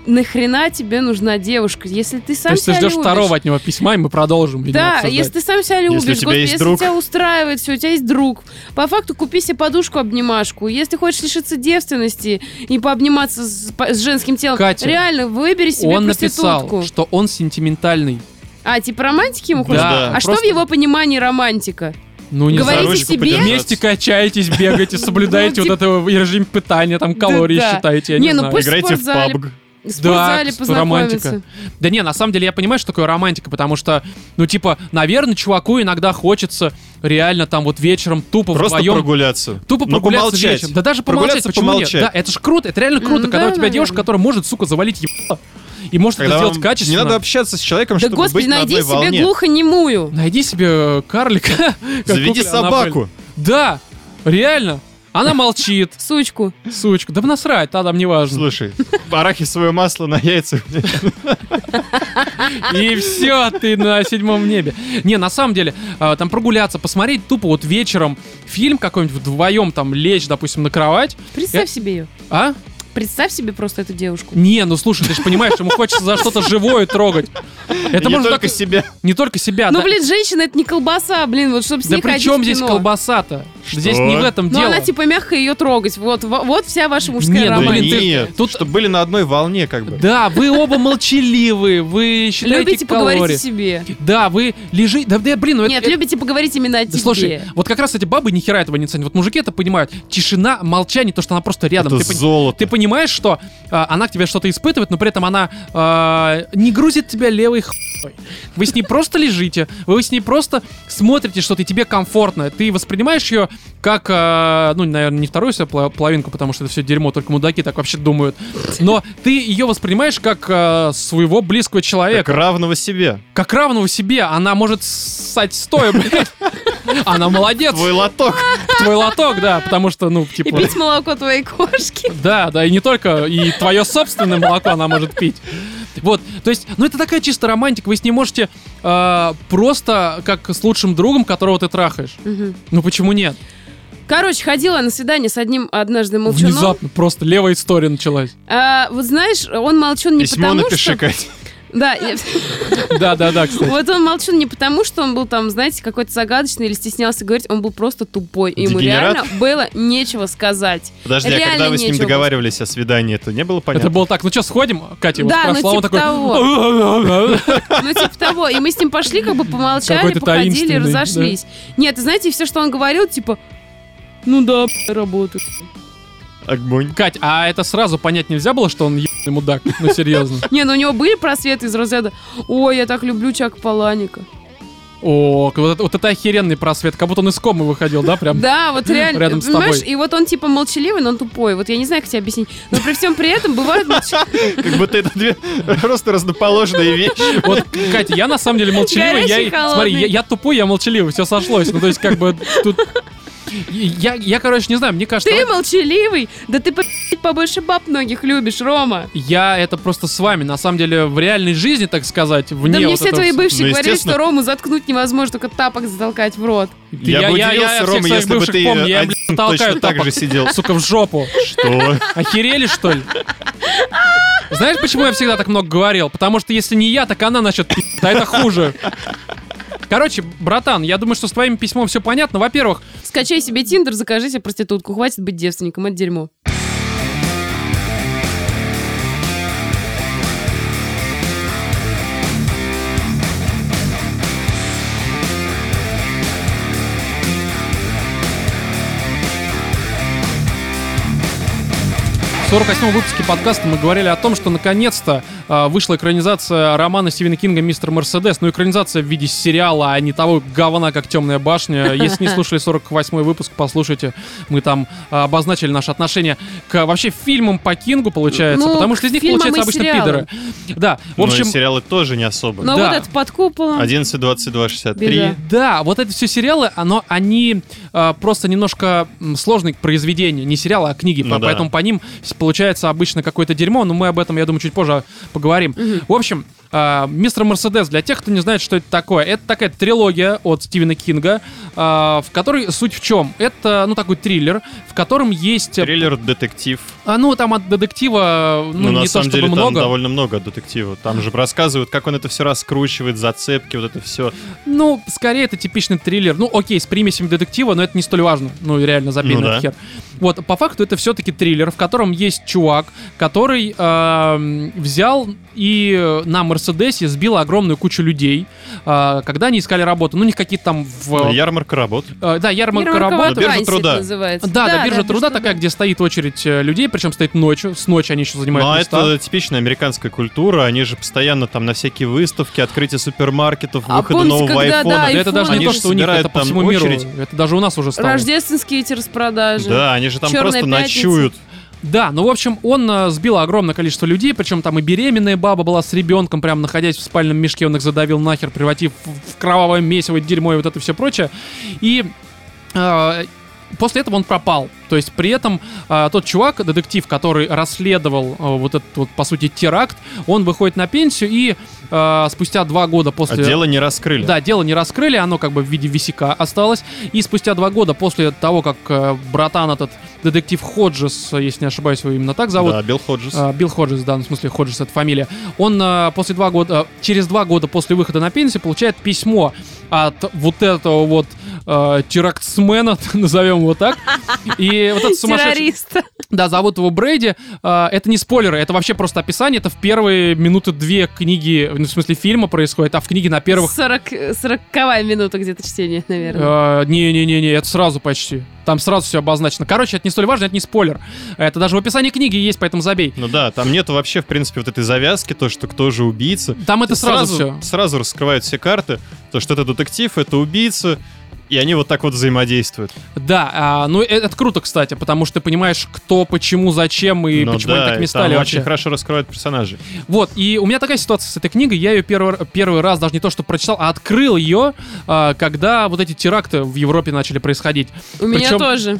Speaker 3: Нахрена тебе нужна девушка, если ты
Speaker 1: то
Speaker 3: сам
Speaker 1: есть ты
Speaker 3: себя
Speaker 1: ждешь
Speaker 3: любишь?
Speaker 1: второго от него письма, и мы продолжим. видимо,
Speaker 3: Да,
Speaker 1: обсуждать.
Speaker 3: если ты сам себя любишь,
Speaker 2: Если у тебя
Speaker 3: господи,
Speaker 2: есть
Speaker 3: если
Speaker 2: друг.
Speaker 3: тебя устраивает все, у тебя есть друг. По факту купи себе подушку обнимашку. Если хочешь лишиться девственности и пообниматься с, по- с женским телом,
Speaker 1: Катя,
Speaker 3: реально выбери себе
Speaker 1: Он
Speaker 3: проститутку.
Speaker 1: написал, что он сентиментальный.
Speaker 3: А, типа романтики ему
Speaker 1: Да,
Speaker 3: хочешь?
Speaker 2: да.
Speaker 3: а что в
Speaker 1: просто-
Speaker 3: его понимании романтика?
Speaker 1: Ну, не
Speaker 2: За
Speaker 1: знаю.
Speaker 3: Говорите
Speaker 2: ручку
Speaker 3: себе.
Speaker 2: подержаться.
Speaker 1: Вместе качаетесь, бегаете, соблюдаете вот
Speaker 3: Ну,
Speaker 1: это режим питания, там
Speaker 3: Да,
Speaker 1: калории
Speaker 3: да.
Speaker 1: считаете, я
Speaker 3: Не,
Speaker 1: не
Speaker 3: ну
Speaker 1: знаю.
Speaker 3: пусть- в
Speaker 2: Играйте в
Speaker 3: спортзале.
Speaker 2: PUBG.
Speaker 3: В спортзале
Speaker 1: кстати,
Speaker 3: познакомиться.
Speaker 1: романтика. Да не, на самом деле я понимаю, что такое романтика, потому что, ну типа, наверное, чуваку иногда хочется реально там вот вечером тупо
Speaker 2: Просто
Speaker 1: вдвоем...
Speaker 2: прогуляться.
Speaker 1: Тупо
Speaker 2: Ну,
Speaker 1: прогуляться
Speaker 2: помолчать.
Speaker 1: вечером. Да даже помолчать,
Speaker 2: Прогуляться,
Speaker 1: почему
Speaker 2: помолчать.
Speaker 1: нет? Да, это ж круто, это реально круто,
Speaker 3: Ну
Speaker 1: когда
Speaker 3: да,
Speaker 1: у тебя девушка,
Speaker 3: наверное.
Speaker 1: которая может, сука, завалить ебало, и может
Speaker 2: Когда
Speaker 1: это сделать
Speaker 2: вам
Speaker 1: качественно.
Speaker 2: Не надо общаться с человеком,
Speaker 3: Да
Speaker 2: чтобы
Speaker 3: господи,
Speaker 2: быть на
Speaker 3: найди
Speaker 2: одной
Speaker 3: себе
Speaker 2: волне.
Speaker 3: глухонемую.
Speaker 1: Найди себе э, карлика. как
Speaker 2: Заведи
Speaker 1: кукла Аннабель.
Speaker 2: собаку.
Speaker 1: Да, реально. Она молчит,
Speaker 3: Сучку.
Speaker 1: сучка. Да насрать, да, там не важно.
Speaker 2: Слушай, арахисовое масло на яйца.
Speaker 1: И все, ты на седьмом небе. Не, на самом деле, а, там прогуляться, посмотреть тупо вот вечером фильм какой-нибудь вдвоем, там лечь, допустим, на кровать.
Speaker 3: Представь
Speaker 1: Я-
Speaker 3: себе ее.
Speaker 1: А?
Speaker 3: Представь себе просто эту девушку.
Speaker 1: Не, ну слушай, ты же понимаешь, ему хочется за что-то живое трогать. Это
Speaker 2: И не
Speaker 1: можно
Speaker 2: только
Speaker 1: так-
Speaker 2: себя.
Speaker 1: не только себя,
Speaker 3: ну,
Speaker 1: да.
Speaker 3: блин, женщина это не колбаса, блин, вот чтобы с
Speaker 1: Да
Speaker 3: ней
Speaker 1: при
Speaker 3: ходить
Speaker 1: чем
Speaker 3: в
Speaker 1: здесь
Speaker 3: кино.
Speaker 1: колбаса-то?
Speaker 2: Что?
Speaker 1: Здесь не в этом
Speaker 3: Ну,
Speaker 1: дело.
Speaker 3: она типа мягко ее трогать. Вот, во- вот вся ваша мужская
Speaker 1: Не, ну,
Speaker 2: Да
Speaker 3: романтика.
Speaker 1: блин, ты-
Speaker 2: нет,
Speaker 1: тут-
Speaker 2: чтобы были на одной волне как бы.
Speaker 1: Да, вы оба молчаливы, вы считаете
Speaker 3: Любите
Speaker 1: калории.
Speaker 3: поговорить о себе.
Speaker 1: Да, вы лежите... Да, да, блин, ну это...
Speaker 3: Нет, любите поговорить именно о
Speaker 1: Да
Speaker 3: тебе.
Speaker 1: слушай, вот как раз эти бабы ни хера этого не ценят. Вот мужики это понимают. Тишина, молчание, то, что она просто рядом.
Speaker 2: Это
Speaker 1: Ты пони-
Speaker 2: золото.
Speaker 1: ты понимаешь, что а, она к тебе что-то испытывает, но при этом она а, не грузит тебя левой хуй. Вы с ней просто лежите, вы с ней просто смотрите что-то, и тебе комфортно. Ты воспринимаешь ее как, а, ну, наверное, не вторую свою поло- половинку, потому что это все дерьмо, только мудаки так вообще думают. Но ты ее воспринимаешь как а, своего близкого человека
Speaker 2: Как равного себе.
Speaker 1: как равного себе, она может ссать стоя, блядь. Она молодец.
Speaker 2: Твой лоток.
Speaker 1: Твой лоток, да, потому что, ну,
Speaker 3: И
Speaker 1: типа...
Speaker 3: пить молоко твоей кошки.
Speaker 1: Да, да, и не только, и твое собственное молоко она может пить. Вот, то есть, ну это такая чисто романтика, вы с ней можете э, просто как с лучшим другом, которого ты трахаешь.
Speaker 3: Мгм.
Speaker 1: Ну почему нет?
Speaker 3: Короче, ходила на свидание с одним однажды молчуном.
Speaker 1: Внезапно просто левая история началась.
Speaker 3: А, вот знаешь, он молчун не
Speaker 2: Письмо
Speaker 3: потому,
Speaker 2: напиши,
Speaker 3: что...
Speaker 2: Кать.
Speaker 3: Да, я-
Speaker 1: Да, да, да, кстати.
Speaker 3: вот он молчун не потому, что он был там, знаете, какой-то загадочный или стеснялся говорить, он был просто тупой. и Ему
Speaker 2: Дегенерат?
Speaker 3: реально было нечего сказать.
Speaker 2: Подожди, а
Speaker 3: Реально
Speaker 2: когда вы с ним
Speaker 3: нечего.
Speaker 2: договаривались о свидании, это не было понятно?
Speaker 1: Это было так, ну что, сходим, Катя его
Speaker 3: Да, ну
Speaker 1: спросила, он
Speaker 3: типа
Speaker 1: такой...
Speaker 3: Ну, типа того. И мы с ним пошли, как бы помолчали,
Speaker 1: Какой-то
Speaker 3: походили,
Speaker 1: таинственный,
Speaker 3: разошлись. Нет, знаете, все, что он говорил, типа... Ну да, работает.
Speaker 2: Огонь.
Speaker 1: Кать, а это сразу понять нельзя было, что он ебаный мудак? Ну серьезно.
Speaker 3: Не, ну у него были просветы из разряда «Ой, я так люблю Чак Паланика».
Speaker 1: О, вот это, вот это охеренный просвет, как будто он из комы выходил, да, прям?
Speaker 3: Да, вот реально.
Speaker 1: Рядом с
Speaker 3: понимаешь,
Speaker 1: тобой.
Speaker 3: и вот он типа молчаливый, но он тупой. Вот я не знаю, как тебе объяснить. Но при всем при этом бывают молчаливые.
Speaker 2: Как будто это две просто разноположные вещи.
Speaker 1: Вот, Катя, я на самом деле молчаливый. Я,
Speaker 3: Горячий,
Speaker 1: и- смотри,
Speaker 3: холодный.
Speaker 1: я, я тупой, я молчаливый, все сошлось. Ну, то есть, как бы тут... Я, я, короче, не знаю, мне кажется...
Speaker 3: Ты молчаливый? Да ты по***ть, побольше баб многих любишь, Рома.
Speaker 1: Я это просто с вами, на самом деле, в реальной жизни, так сказать, вне
Speaker 3: да мне
Speaker 1: вот
Speaker 3: все
Speaker 1: этого
Speaker 3: твои
Speaker 1: вс-
Speaker 3: бывшие
Speaker 2: Ну,
Speaker 3: говорили,
Speaker 2: естественно.
Speaker 3: что Рому заткнуть невозможно, только тапок затолкать в рот.
Speaker 1: Ты-
Speaker 2: Я бы удивился,
Speaker 1: всех
Speaker 2: Рома,
Speaker 1: своих
Speaker 2: если бы
Speaker 1: бывших
Speaker 2: ты
Speaker 1: помню, я,
Speaker 2: один
Speaker 1: блин, толкаю
Speaker 2: точно так
Speaker 1: тапок,
Speaker 2: же сидел.
Speaker 1: сука, в жопу.
Speaker 2: Что?
Speaker 1: Охерели, что ли? Знаешь, почему я всегда так много говорил? Потому что если не я, так она насчет а это хуже. Короче, братан, я думаю, что с твоим письмом все понятно. Во-первых,
Speaker 3: Скачай себе Тиндер, закажи себе проститутку. Хватит быть девственником, это дерьмо.
Speaker 1: В 48-м выпуске подкаста мы говорили о том, что наконец-то э, вышла экранизация романа Стивена Кинга «Мистер Мерседес». Ну, экранизация в виде сериала, а не того говна, как «Темная башня». Если не слушали 48-й выпуск, послушайте. Мы там э, обозначили наше отношение к вообще фильмам по Кингу, получается.
Speaker 3: Ну,
Speaker 1: потому что из
Speaker 3: к
Speaker 1: них
Speaker 3: фильмам
Speaker 1: получаются
Speaker 3: и
Speaker 1: обычно
Speaker 3: сериалам.
Speaker 1: пидоры. Да, в
Speaker 2: Ну и
Speaker 1: общем... ну,
Speaker 2: сериалы тоже не особо.
Speaker 3: Но
Speaker 1: Да.
Speaker 3: Ну, а вот это под куполом.
Speaker 2: 11, 22, 63.
Speaker 3: Беда.
Speaker 1: Да, вот это все сериалы, оно, они э, просто немножко м, сложные произведения, не сериалы, а книги,
Speaker 2: Ну
Speaker 1: по-
Speaker 2: да.
Speaker 1: поэтому по ним с- получается обычно какое-то дерьмо, но мы об этом, я думаю, чуть позже поговорим. В общем, э, «Мистер Мерседес», для тех, кто не знает, что это такое, это такая трилогия от Стивена Кинга, э, в которой суть в чем? Это, ну, такой триллер, в котором есть... э,
Speaker 2: Триллер, детектив.
Speaker 1: а, ну, там от детектива, э, ну,
Speaker 2: Ну, на
Speaker 1: не то
Speaker 2: самом
Speaker 1: чтобы
Speaker 2: деле там
Speaker 1: много.
Speaker 2: довольно много детектива. Там же рассказывают, как он это все раскручивает, зацепки, вот это все.
Speaker 1: Ну, скорее это типичный триллер. Ну, окей, с примесями детектива, но это не столь важно. Ну, реально, забей
Speaker 2: Ну
Speaker 1: на
Speaker 2: да.
Speaker 1: этот хер. Вот, по факту это все-таки триллер, в котором есть чувак, который эм, взял и на Мерседесе сбил огромную кучу людей, э, когда они искали работу. Ну, у них какие-то там в...
Speaker 2: Ну, Ярмарка работ. а
Speaker 1: э, да, ярмарка
Speaker 3: Ярмарка
Speaker 1: работы.
Speaker 2: Биржа
Speaker 3: вакансий это
Speaker 2: труда.
Speaker 3: называется.
Speaker 1: Да, да, биржа
Speaker 3: биржа
Speaker 1: труда такая, где стоит очередь э, людей, причем стоит ночью. С ночи они еще занимают
Speaker 2: Но
Speaker 1: места.
Speaker 2: это типичная американская культура. Они же постоянно там на всякие выставки, открытие супермаркетов,
Speaker 3: А
Speaker 2: выходы
Speaker 3: помните,
Speaker 2: нового
Speaker 3: когда,
Speaker 2: айфона.
Speaker 1: Да, это даже
Speaker 3: Они
Speaker 1: не то,
Speaker 2: же
Speaker 1: что у них,
Speaker 2: собирают
Speaker 1: это по
Speaker 2: там
Speaker 1: всему миру.
Speaker 2: очередь.
Speaker 1: Это даже у нас уже стало.
Speaker 3: Рождественские эти распродажи.
Speaker 2: Да, они же там
Speaker 3: Чёрная
Speaker 2: просто
Speaker 3: пятница.
Speaker 2: ночуют.
Speaker 1: Да, ну в общем, он э, сбил огромное количество людей, причем там и беременная баба была с ребенком, прям находясь в спальном мешке, он их задавил нахер, превратив в в кровавое месиво, дерьмо и вот это все прочее. И э, после этого он пропал. То есть при этом э, тот чувак, детектив, который расследовал э, вот этот вот, по сути, теракт, он выходит на пенсию и э, спустя два года
Speaker 2: А
Speaker 1: после...
Speaker 2: дело не раскрыли.
Speaker 1: Да, дело не раскрыли, оно как бы в виде висяка осталось. И спустя два года после того, как э, братан этот, детектив Ходжес, э, если не ошибаюсь, его именно так зовут,
Speaker 2: Да, Билл Ходжес.
Speaker 1: э, Билл Ходжес, да, ну, в смысле Ходжес это фамилия, он э, после два года, э, через два года после выхода на пенсию получает письмо от вот этого вот э, терактсмена, назовем его так, и вот этот сумасшедший...
Speaker 3: Террориста.
Speaker 1: Да, зовут его Брейди. А, Это не спойлеры, это вообще просто описание. Это в первые минуты две книги, ну, в смысле фильма происходит, а в книге на первых
Speaker 3: Сорок, сороковая минута где-то чтения, наверное.
Speaker 1: Э, Не-не-не-не, это сразу почти. Там сразу все обозначено. Короче, это не столь важно, это не спойлер. Это даже в описании книги есть, поэтому забей.
Speaker 2: Ну да, там нет вообще, в принципе, вот этой завязки, то, что кто же убийца.
Speaker 1: Там это сразу, все.
Speaker 2: сразу раскрывают все карты, то, что это детектив, это убийца, И они вот так вот взаимодействуют.
Speaker 1: Да, а, ну э- это, круто, кстати, потому что ты понимаешь, кто, почему, зачем и
Speaker 2: Ну
Speaker 1: почему
Speaker 2: да,
Speaker 1: они такими
Speaker 2: и
Speaker 1: стали
Speaker 2: там
Speaker 1: вообще.
Speaker 2: очень хорошо раскрывают персонажей.
Speaker 1: Вот, и у меня такая ситуация с этой книгой. Я ее первый, первый раз даже не то что прочитал, а открыл ее, а, когда вот эти теракты в Европе начали происходить.
Speaker 3: У меня
Speaker 1: Причем-
Speaker 3: тоже.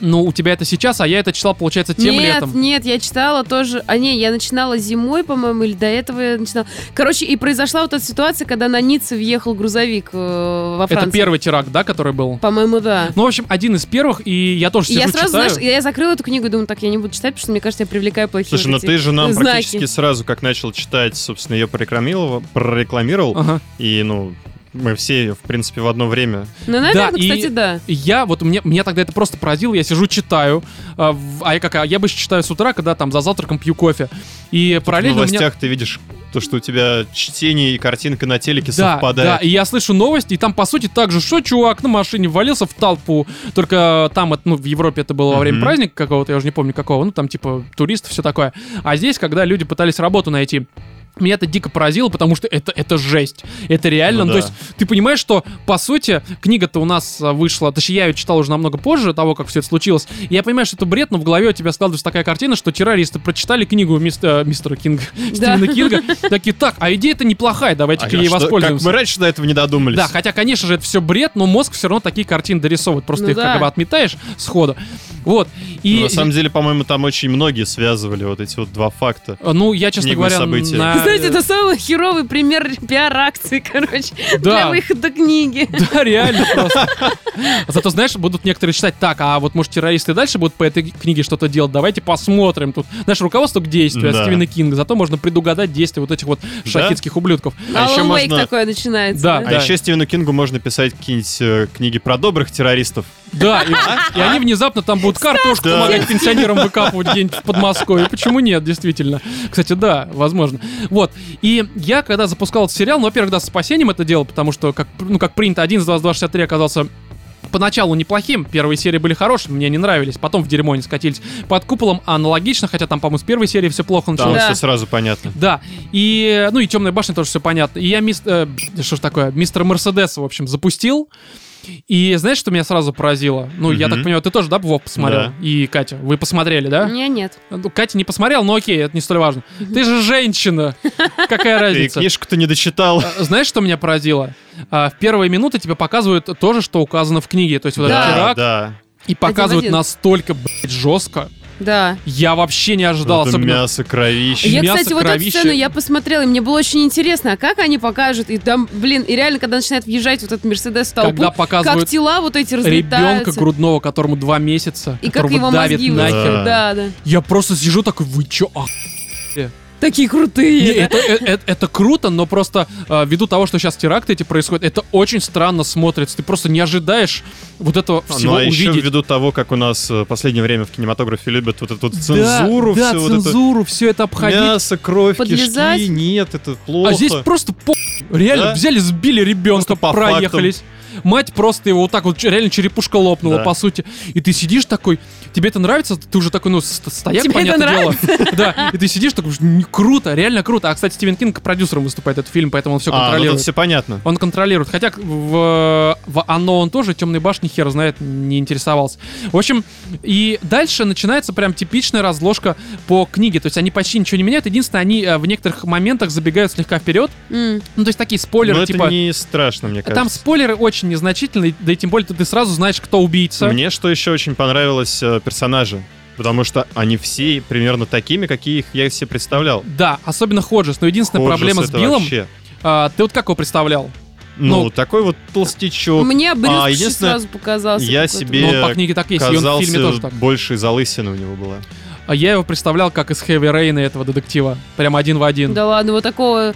Speaker 1: Ну, у тебя это сейчас, а я это читал, получается, тем
Speaker 3: нет,
Speaker 1: летом.
Speaker 3: нет, я читала тоже. А не, я начинала зимой, по-моему, или до этого я начинала. Короче, и произошла вот эта ситуация, когда на Ницце въехал грузовик э, во Францию.
Speaker 1: Это первый теракт, да, который был?
Speaker 3: По-моему, да.
Speaker 1: Ну, в общем, один из первых, и я тоже
Speaker 3: И
Speaker 1: сижу,
Speaker 3: я сразу,
Speaker 1: читаю.
Speaker 3: знаешь, я я закрыла эту книгу и думаю, так, я не буду читать, потому что, мне кажется, я привлекаю плохие
Speaker 2: Слушай, ну
Speaker 3: вот эти
Speaker 2: ты же нам
Speaker 3: знаки.
Speaker 2: практически сразу, как начал читать, собственно, ее прорекламировал, прорекламировал
Speaker 1: Ага.
Speaker 2: и, ну, мы все ее, в принципе, в одно время.
Speaker 3: Ну, наверное,
Speaker 1: Да, и-
Speaker 3: кстати, да.
Speaker 1: И Я вот мне меня тогда это просто поразило. Я сижу читаю, а, в- а я как а я обычно читаю с утра, когда там за завтраком пью кофе и
Speaker 2: Ну, в
Speaker 1: параллельно у меня-
Speaker 2: новостях ты видишь то, что у тебя чтение и картинка на телеке
Speaker 1: Да, да,
Speaker 2: совпадает.
Speaker 1: и я слышу новости, и там, по сути, так же, что чувак на машине ввалился в толпу, только там, это, ну, в Европе это было во время
Speaker 2: Мгм.
Speaker 1: праздника какого-то, я уже не помню какого, ну, там, типа, туристов, все такое. А здесь, когда люди пытались работу найти, меня это дико поразило, потому что это, это жесть. Это реально.
Speaker 2: Ну
Speaker 1: То
Speaker 2: да.
Speaker 1: есть ты понимаешь, что, по сути, книга-то у нас а, вышла, точнее, я ее читал уже намного позже того, как все это случилось. И я понимаю, что это бред, но в голове у тебя складывается такая картина, что террористы прочитали книгу мист- э, мистера Кинга,
Speaker 3: Да.
Speaker 1: Стивена Кинга, такие, так, а идея-то неплохая,
Speaker 2: А
Speaker 1: давайте-ка
Speaker 2: я
Speaker 1: ей
Speaker 2: что- как
Speaker 1: воспользуемся.
Speaker 2: мы раньше до этого не додумались.
Speaker 1: Да, хотя, конечно же, это все бред, но мозг все равно такие картины дорисовывает. Просто
Speaker 3: Ну
Speaker 1: их как
Speaker 3: да.
Speaker 1: бы отметаешь сходу. Вот. И.
Speaker 2: Ну, на самом деле, по-моему, там очень многие связывали вот эти вот два факта.
Speaker 1: ну, я, честно
Speaker 2: книгу
Speaker 1: говоря,
Speaker 2: события.
Speaker 1: на-
Speaker 3: Вы Знаете, это самый херовый пример пиар-акции, короче, для
Speaker 1: Да.
Speaker 3: выхода книги.
Speaker 1: Да, реально просто. А Зато, знаешь, будут некоторые читать так, а вот, может, террористы и дальше будут по этой книге что-то делать. Давайте посмотрим. Тут, знаешь, руководство к действию от
Speaker 2: Да.
Speaker 1: Стивена Кинга. Зато можно предугадать действия вот этих вот шахидских ублюдков.
Speaker 2: А еще
Speaker 3: Алан Уэйк
Speaker 2: можно-
Speaker 3: такое начинается.
Speaker 1: Да.
Speaker 2: А еще Стивену Кингу можно писать какие-нибудь э, книги про добрых террористов.
Speaker 1: Да, и, и они внезапно там будут картошку
Speaker 2: Да.
Speaker 1: помогать пенсионерам выкапывать где-нибудь в Подмосковье. Почему нет, действительно? Кстати, да, возможно. Вот. И я, когда запускал этот сериал, ну, во-первых, да, с спасением это дело, потому что, как, ну, как принято, 1 из 22 63 оказался поначалу неплохим. Первые серии были хорошими, мне не нравились. Потом в дерьмо они скатились. Под куполом аналогично, хотя там, по-моему, с первой серии все плохо
Speaker 2: Там
Speaker 1: началось.
Speaker 3: Да.
Speaker 2: все сразу понятно.
Speaker 1: Да, и, ну и Темная башня тоже все понятно. И я мистер, что ж такое, мистера Мерседеса, в общем, запустил. И знаешь, что меня сразу поразило? Ну, я
Speaker 2: Мгм.
Speaker 1: так понимаю, ты тоже, да, Вов, посмотрел?
Speaker 2: Да.
Speaker 1: И Катя, вы посмотрели, да?
Speaker 3: Меня нет.
Speaker 1: Ну, Катя не посмотрела, но окей, это не столь важно. Ты же женщина, какая
Speaker 2: Ты
Speaker 1: разница?
Speaker 2: книжку-то не дочитал.
Speaker 1: А, Знаешь, что меня поразило? А, В первые минуты тебе показывают то же, что указано в книге, то есть вот этот
Speaker 3: Да.
Speaker 1: теракт,
Speaker 2: да.
Speaker 1: и показывают
Speaker 3: один.
Speaker 1: настолько, блядь, жестко.
Speaker 3: Да.
Speaker 1: Я вообще не ожидал,
Speaker 2: Вот это
Speaker 1: особенно
Speaker 2: мясо, кровище.
Speaker 1: Е-
Speaker 3: Я,
Speaker 1: мясо,
Speaker 3: кстати, вот эту
Speaker 1: кровище.
Speaker 3: сцену я посмотрела, и мне было очень интересно, а как они покажут, и там, блин, и реально, когда начинает въезжать вот этот Мерседес в
Speaker 1: когда
Speaker 3: толпу, как
Speaker 1: показывают
Speaker 3: тела вот эти
Speaker 1: ребенка
Speaker 3: разлетаются.
Speaker 1: грудного, которому два месяца,
Speaker 3: И как
Speaker 1: которого
Speaker 3: его
Speaker 1: давит
Speaker 3: мозги
Speaker 2: нахер.
Speaker 1: нахер.
Speaker 3: выжигают. Да, да.
Speaker 1: Я просто сижу такой, вы чё? ах?»
Speaker 3: Такие крутые.
Speaker 1: Не, это, э- э- это круто, но просто э, ввиду того, что сейчас теракты эти происходят, это очень странно смотрится. Ты просто не ожидаешь вот этого всего
Speaker 2: ну а еще
Speaker 1: увидеть.
Speaker 2: ввиду того, как у нас э, в последнее время в кинематографе любят вот эту вот
Speaker 1: Да,
Speaker 2: цензуру,
Speaker 1: да,
Speaker 2: все
Speaker 1: цензуру, все это
Speaker 2: вот
Speaker 1: обходить.
Speaker 2: это мясо, кровь,
Speaker 3: Подлезать.
Speaker 2: кишки, нет, это плохо. ну
Speaker 1: а здесь просто по... реально
Speaker 2: Да?
Speaker 1: взяли, сбили ребенка,
Speaker 2: Просто по
Speaker 1: проехались. Мать просто его вот так вот, ч- реально черепушка лопнула,
Speaker 2: Да.
Speaker 1: по сути. И ты сидишь такой, тебе это нравится? Ты уже такой, ну, ст- стояк,
Speaker 3: Тебе это
Speaker 1: понятное дело. Да, и ты сидишь такой, «Не, круто, реально круто. А, кстати, Стивен Кинг продюсером выступает этот фильм, поэтому он все
Speaker 2: А, ну тут
Speaker 1: контролирует.
Speaker 2: все понятно.
Speaker 1: Он контролирует. Хотя к- в, в Оно он тоже темной башни хер знает, не интересовался. В общем, и дальше начинается прям типичная разложка по книге. То есть они почти ничего не меняют. Единственное, они э, в некоторых моментах забегают слегка вперед.
Speaker 3: М.
Speaker 1: Ну, то есть такие
Speaker 2: Но
Speaker 1: спойлеры,
Speaker 2: это
Speaker 1: типа.
Speaker 2: не страшно, мне кажется.
Speaker 1: Там спойлеры очень незначительные, да и тем более ты- ты сразу знаешь, кто убийца.
Speaker 2: Мне что еще очень понравилось э, персонажи, потому что они все примерно такими, каких я их себе представлял.
Speaker 1: Да, особенно Ходжес. Но единственная
Speaker 2: Ходжес
Speaker 1: проблема с
Speaker 2: это
Speaker 1: Биллом.
Speaker 2: вообще.
Speaker 1: а, ты вот как его представлял?
Speaker 2: Ну,
Speaker 1: Ну,
Speaker 2: такой вот толстячок.
Speaker 3: Мне Брюс
Speaker 2: А,
Speaker 3: вообще
Speaker 2: единственное,
Speaker 3: сразу показался.
Speaker 2: я
Speaker 3: какой-то.
Speaker 2: себе-
Speaker 1: Но
Speaker 2: Э,
Speaker 1: Ну, он по книге так есть, и он в фильме тоже
Speaker 2: Казался
Speaker 1: так.
Speaker 2: больше залысина у него была.
Speaker 1: А я его представлял как из Хэви Рейна этого детектива. Прям один в один.
Speaker 3: Ну, Да ладно, вот такого,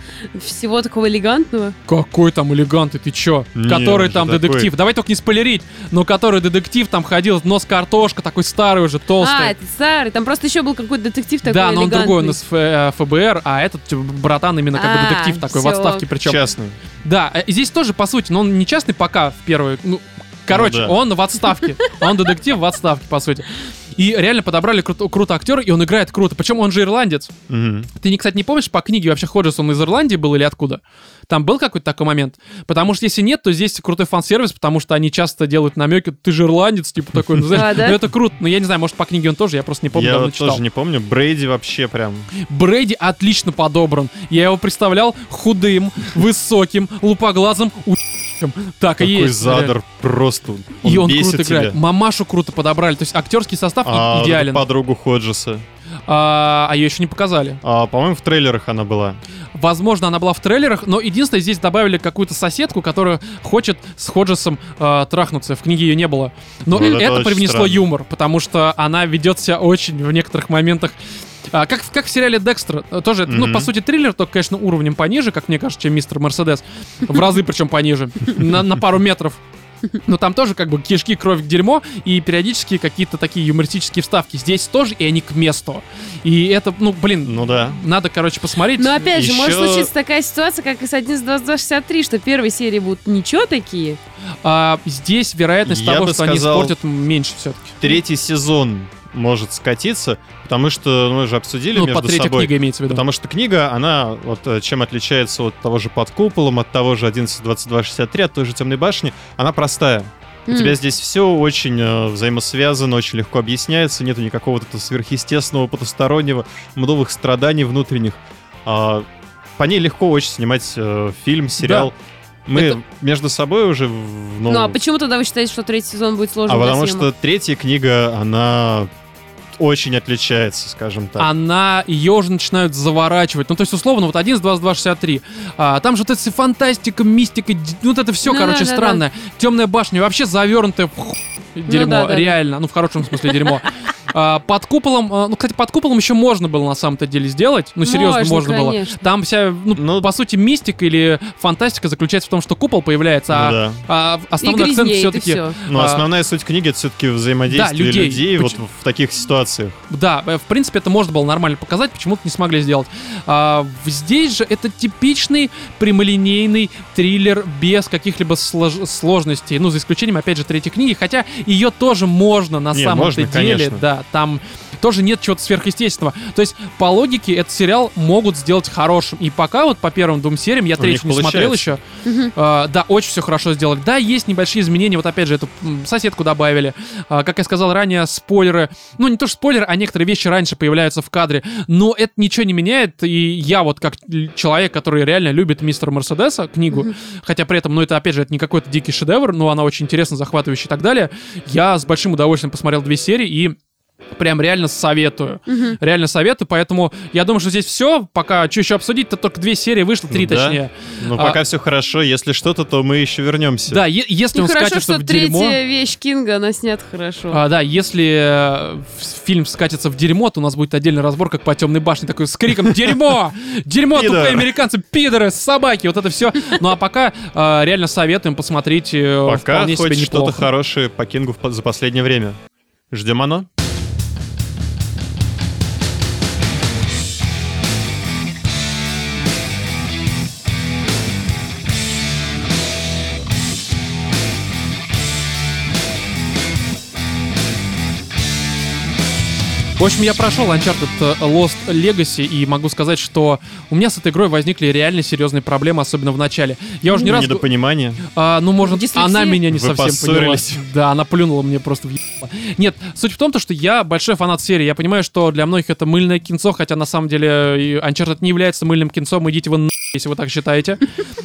Speaker 3: всего такого элегантного.
Speaker 1: Какой там элегантный, ты чё?
Speaker 2: Не,
Speaker 1: который
Speaker 2: он же
Speaker 1: там
Speaker 2: такой.
Speaker 1: детектив. Давай только не спойлерить, но который детектив там ходил, нос картошка, такой старый уже,
Speaker 3: А,
Speaker 1: толстый.
Speaker 3: это старый, там просто еще был какой-то детектив такой
Speaker 1: да, но он
Speaker 3: элегантный.
Speaker 1: другой, он из Ф- э, ФБР, а этот типа, братан именно как бы
Speaker 3: А,
Speaker 1: детектив такой, в
Speaker 3: всё.
Speaker 1: отставке причем.
Speaker 2: Частный.
Speaker 1: Да, э, и здесь тоже, по сути, но он не частный пока в первую. Ну, короче,
Speaker 2: да.
Speaker 1: он в отставке. Он детектив в отставке, по сути. И реально подобрали кру- круто актера, и он играет круто. Причем он же ирландец.
Speaker 2: Мгм.
Speaker 1: Ты, не- кстати, не помнишь по книге вообще Ходжес, он из Ирландии был или откуда? Там был какой-то такой момент? Потому что если нет, то здесь крутой фан-сервис, потому что они часто делают намеки, ты же ирландец, типа такой, ну знаешь,
Speaker 3: А, да?
Speaker 1: ну, это круто. Но я не знаю, может по книге он тоже, я просто не помню,
Speaker 2: Я
Speaker 1: давно
Speaker 2: вот
Speaker 1: читал.
Speaker 2: тоже не помню. Брейди вообще прям...
Speaker 1: Брейди отлично подобран. Я его представлял худым, высоким, лупоглазым, у***ем. Так и
Speaker 2: Какой
Speaker 1: есть.
Speaker 2: задор просто. Он
Speaker 1: И он
Speaker 2: бесит
Speaker 1: круто играет.
Speaker 2: тебя.
Speaker 1: Мамашу круто подобрали. То есть актерский состав и-
Speaker 2: А, вот эту
Speaker 1: идеален.
Speaker 2: подругу Ходжеса.
Speaker 1: А, а ее еще не показали.
Speaker 2: А, по-моему, в трейлерах она была.
Speaker 1: Возможно, она была в трейлерах, но единственное, здесь добавили какую-то соседку, которая хочет с Ходжесом э, трахнуться. В книге ее не было. Но
Speaker 2: Вот это
Speaker 1: это,
Speaker 2: очень
Speaker 1: привнесло
Speaker 2: странно.
Speaker 1: юмор, потому что она ведет себя очень в некоторых моментах. а, как, в- как в сериале Декстер, э, тоже, это, ну,
Speaker 2: Мгм.
Speaker 1: по сути, триллер, только, конечно, уровнем пониже, как мне кажется, чем мистер Мерседес. В разы причем пониже. На, на пару метров. Но там тоже как бы кишки, кровь, дерьмо и периодически какие-то такие юмористические вставки. Здесь тоже, и они к месту. И это, ну, блин,
Speaker 2: Ну да.
Speaker 1: надо, короче, посмотреть.
Speaker 3: Но Ну, опять же, может
Speaker 2: Ещё-
Speaker 3: случиться такая ситуация, как и с 11.22.63, что первые серии будут ничего такие.
Speaker 1: А, здесь вероятность
Speaker 2: Я
Speaker 1: того,
Speaker 2: бы
Speaker 1: что они
Speaker 2: сказал-
Speaker 1: испортят, меньше все-таки.
Speaker 2: Третий сезон может скатиться, потому что ну, мы же обсудили
Speaker 1: Ну, по
Speaker 2: между
Speaker 1: третья
Speaker 2: собой.
Speaker 1: книга имеется в виду.
Speaker 2: Потому что книга, она вот э, чем отличается от того же под куполом, от того же 11.22.63, от той же темной башни, она простая. У
Speaker 3: М.
Speaker 2: тебя здесь все очень э, взаимосвязано, очень легко объясняется, нету никакого вот этого сверхъестественного, потустороннего, мдовых страданий внутренних. А, по ней легко очень снимать э, фильм, сериал. Мы
Speaker 1: Это-
Speaker 2: между собой уже в-
Speaker 3: Ну, а почему тогда вы считаете, что третий сезон будет
Speaker 2: а
Speaker 3: сложным для
Speaker 2: потому
Speaker 3: съемок?
Speaker 2: что третья книга, она очень отличается, скажем так.
Speaker 3: А,
Speaker 1: Она, ее уже начинают заворачивать. Ну, то есть, условно, вот 11, 22, 63. А, там же вот эта фантастика, мистика, д- ну, вот это все,
Speaker 3: Ну,
Speaker 1: короче,
Speaker 3: да, да,
Speaker 1: странное. Темная башня вообще завернутая в ху- дерьмо,
Speaker 3: да, да, да.
Speaker 1: реально. Ну, в хорошем смысле дерьмо. А, под куполом, а, ну, кстати, под куполом еще можно было на самом-то деле сделать. Ну, серьезно,
Speaker 3: Можно,
Speaker 1: можно, было.
Speaker 3: конечно.
Speaker 1: Там вся, ну,
Speaker 2: Ну-
Speaker 1: по сути, мистика или фантастика заключается в том, что купол появляется,
Speaker 2: Ну
Speaker 1: а,
Speaker 2: да.
Speaker 1: а
Speaker 3: И
Speaker 1: основной акцент
Speaker 3: грязнее, и
Speaker 1: все-таки
Speaker 3: все.
Speaker 2: Но
Speaker 1: а-
Speaker 2: Ну, основная суть книги это все-таки взаимодействие
Speaker 1: Да, людей.
Speaker 2: людей, вот
Speaker 1: Поч-
Speaker 2: в таких ситуациях.
Speaker 1: Да, э, в принципе, это можно было нормально показать, почему-то не смогли сделать. А, в- здесь же это типичный прямолинейный триллер без каких-либо слож- сложностей. Ну, за исключением, опять же, третьей книги. Хотя ее тоже можно на
Speaker 2: Не,
Speaker 1: самом-то
Speaker 2: можно,
Speaker 1: деле.
Speaker 2: конечно.
Speaker 1: Да, там тоже нет чего-то сверхъестественного. То есть, по логике, этот сериал могут сделать хорошим. И пока вот по первым двум сериям, я
Speaker 2: У них
Speaker 1: третью не смотрел
Speaker 2: получается.
Speaker 1: еще, а, да, очень все хорошо сделали. Да, есть небольшие изменения. Вот опять же, эту м, соседку добавили. А, Как я сказал ранее, спойлеры. Ну, не то что спойлеры, а некоторые вещи раньше появляются в кадре. Но это ничего не меняет. И я вот как л- человек, который реально любит мистера Мерседеса, книгу, хотя при этом, ну, это опять же, это не какой-то дикий шедевр, но она очень интересна, захватывающая и так далее. Я с большим удовольствием посмотрел две серии и прям реально советую. Реально советую, поэтому я думаю, что здесь все. Пока что еще обсудить, то только две серии вышло, три
Speaker 2: Да.
Speaker 1: точнее.
Speaker 2: Но
Speaker 1: А-
Speaker 2: пока все хорошо, если что-то, то мы еще вернемся.
Speaker 1: Да, е- если
Speaker 3: Ну,
Speaker 1: он
Speaker 3: хорошо,
Speaker 1: скатится
Speaker 3: что
Speaker 1: в дерьмо...
Speaker 3: третья вещь Кинга, она снята хорошо.
Speaker 1: А, да, если э, ф- фильм скатится в дерьмо, то у нас будет отдельный разбор, как по темной башне, такой с криком «Дерьмо! Дерьмо!
Speaker 2: Пидоры!»
Speaker 1: Тупые американцы! Пидоры! Собаки!» Вот это все. Ну а пока э, реально советуем посмотреть э,
Speaker 2: Пока
Speaker 1: вполне
Speaker 2: хоть
Speaker 1: себе
Speaker 2: что-то
Speaker 1: неплохо.
Speaker 2: хорошее по Кингу в по- за последнее время. Ждем оно.
Speaker 1: В общем, я прошел Uncharted э, Lost Legacy и могу сказать, что у меня с этой игрой возникли реально серьезные проблемы, особенно в начале. Я уже не раз... г-
Speaker 2: Недопонимание.
Speaker 1: А, ну, может,
Speaker 3: Дислексия?
Speaker 1: она меня не
Speaker 2: Вы
Speaker 1: совсем поняла.
Speaker 2: поссорились.
Speaker 1: Да, она плюнула мне просто в ебало. Нет, суть в том, то, что я большой фанат серии. Я понимаю, что для многих это мыльное кинцо, хотя на самом деле э, Uncharted не является мыльным кинцом. Идите вы на если вы так считаете.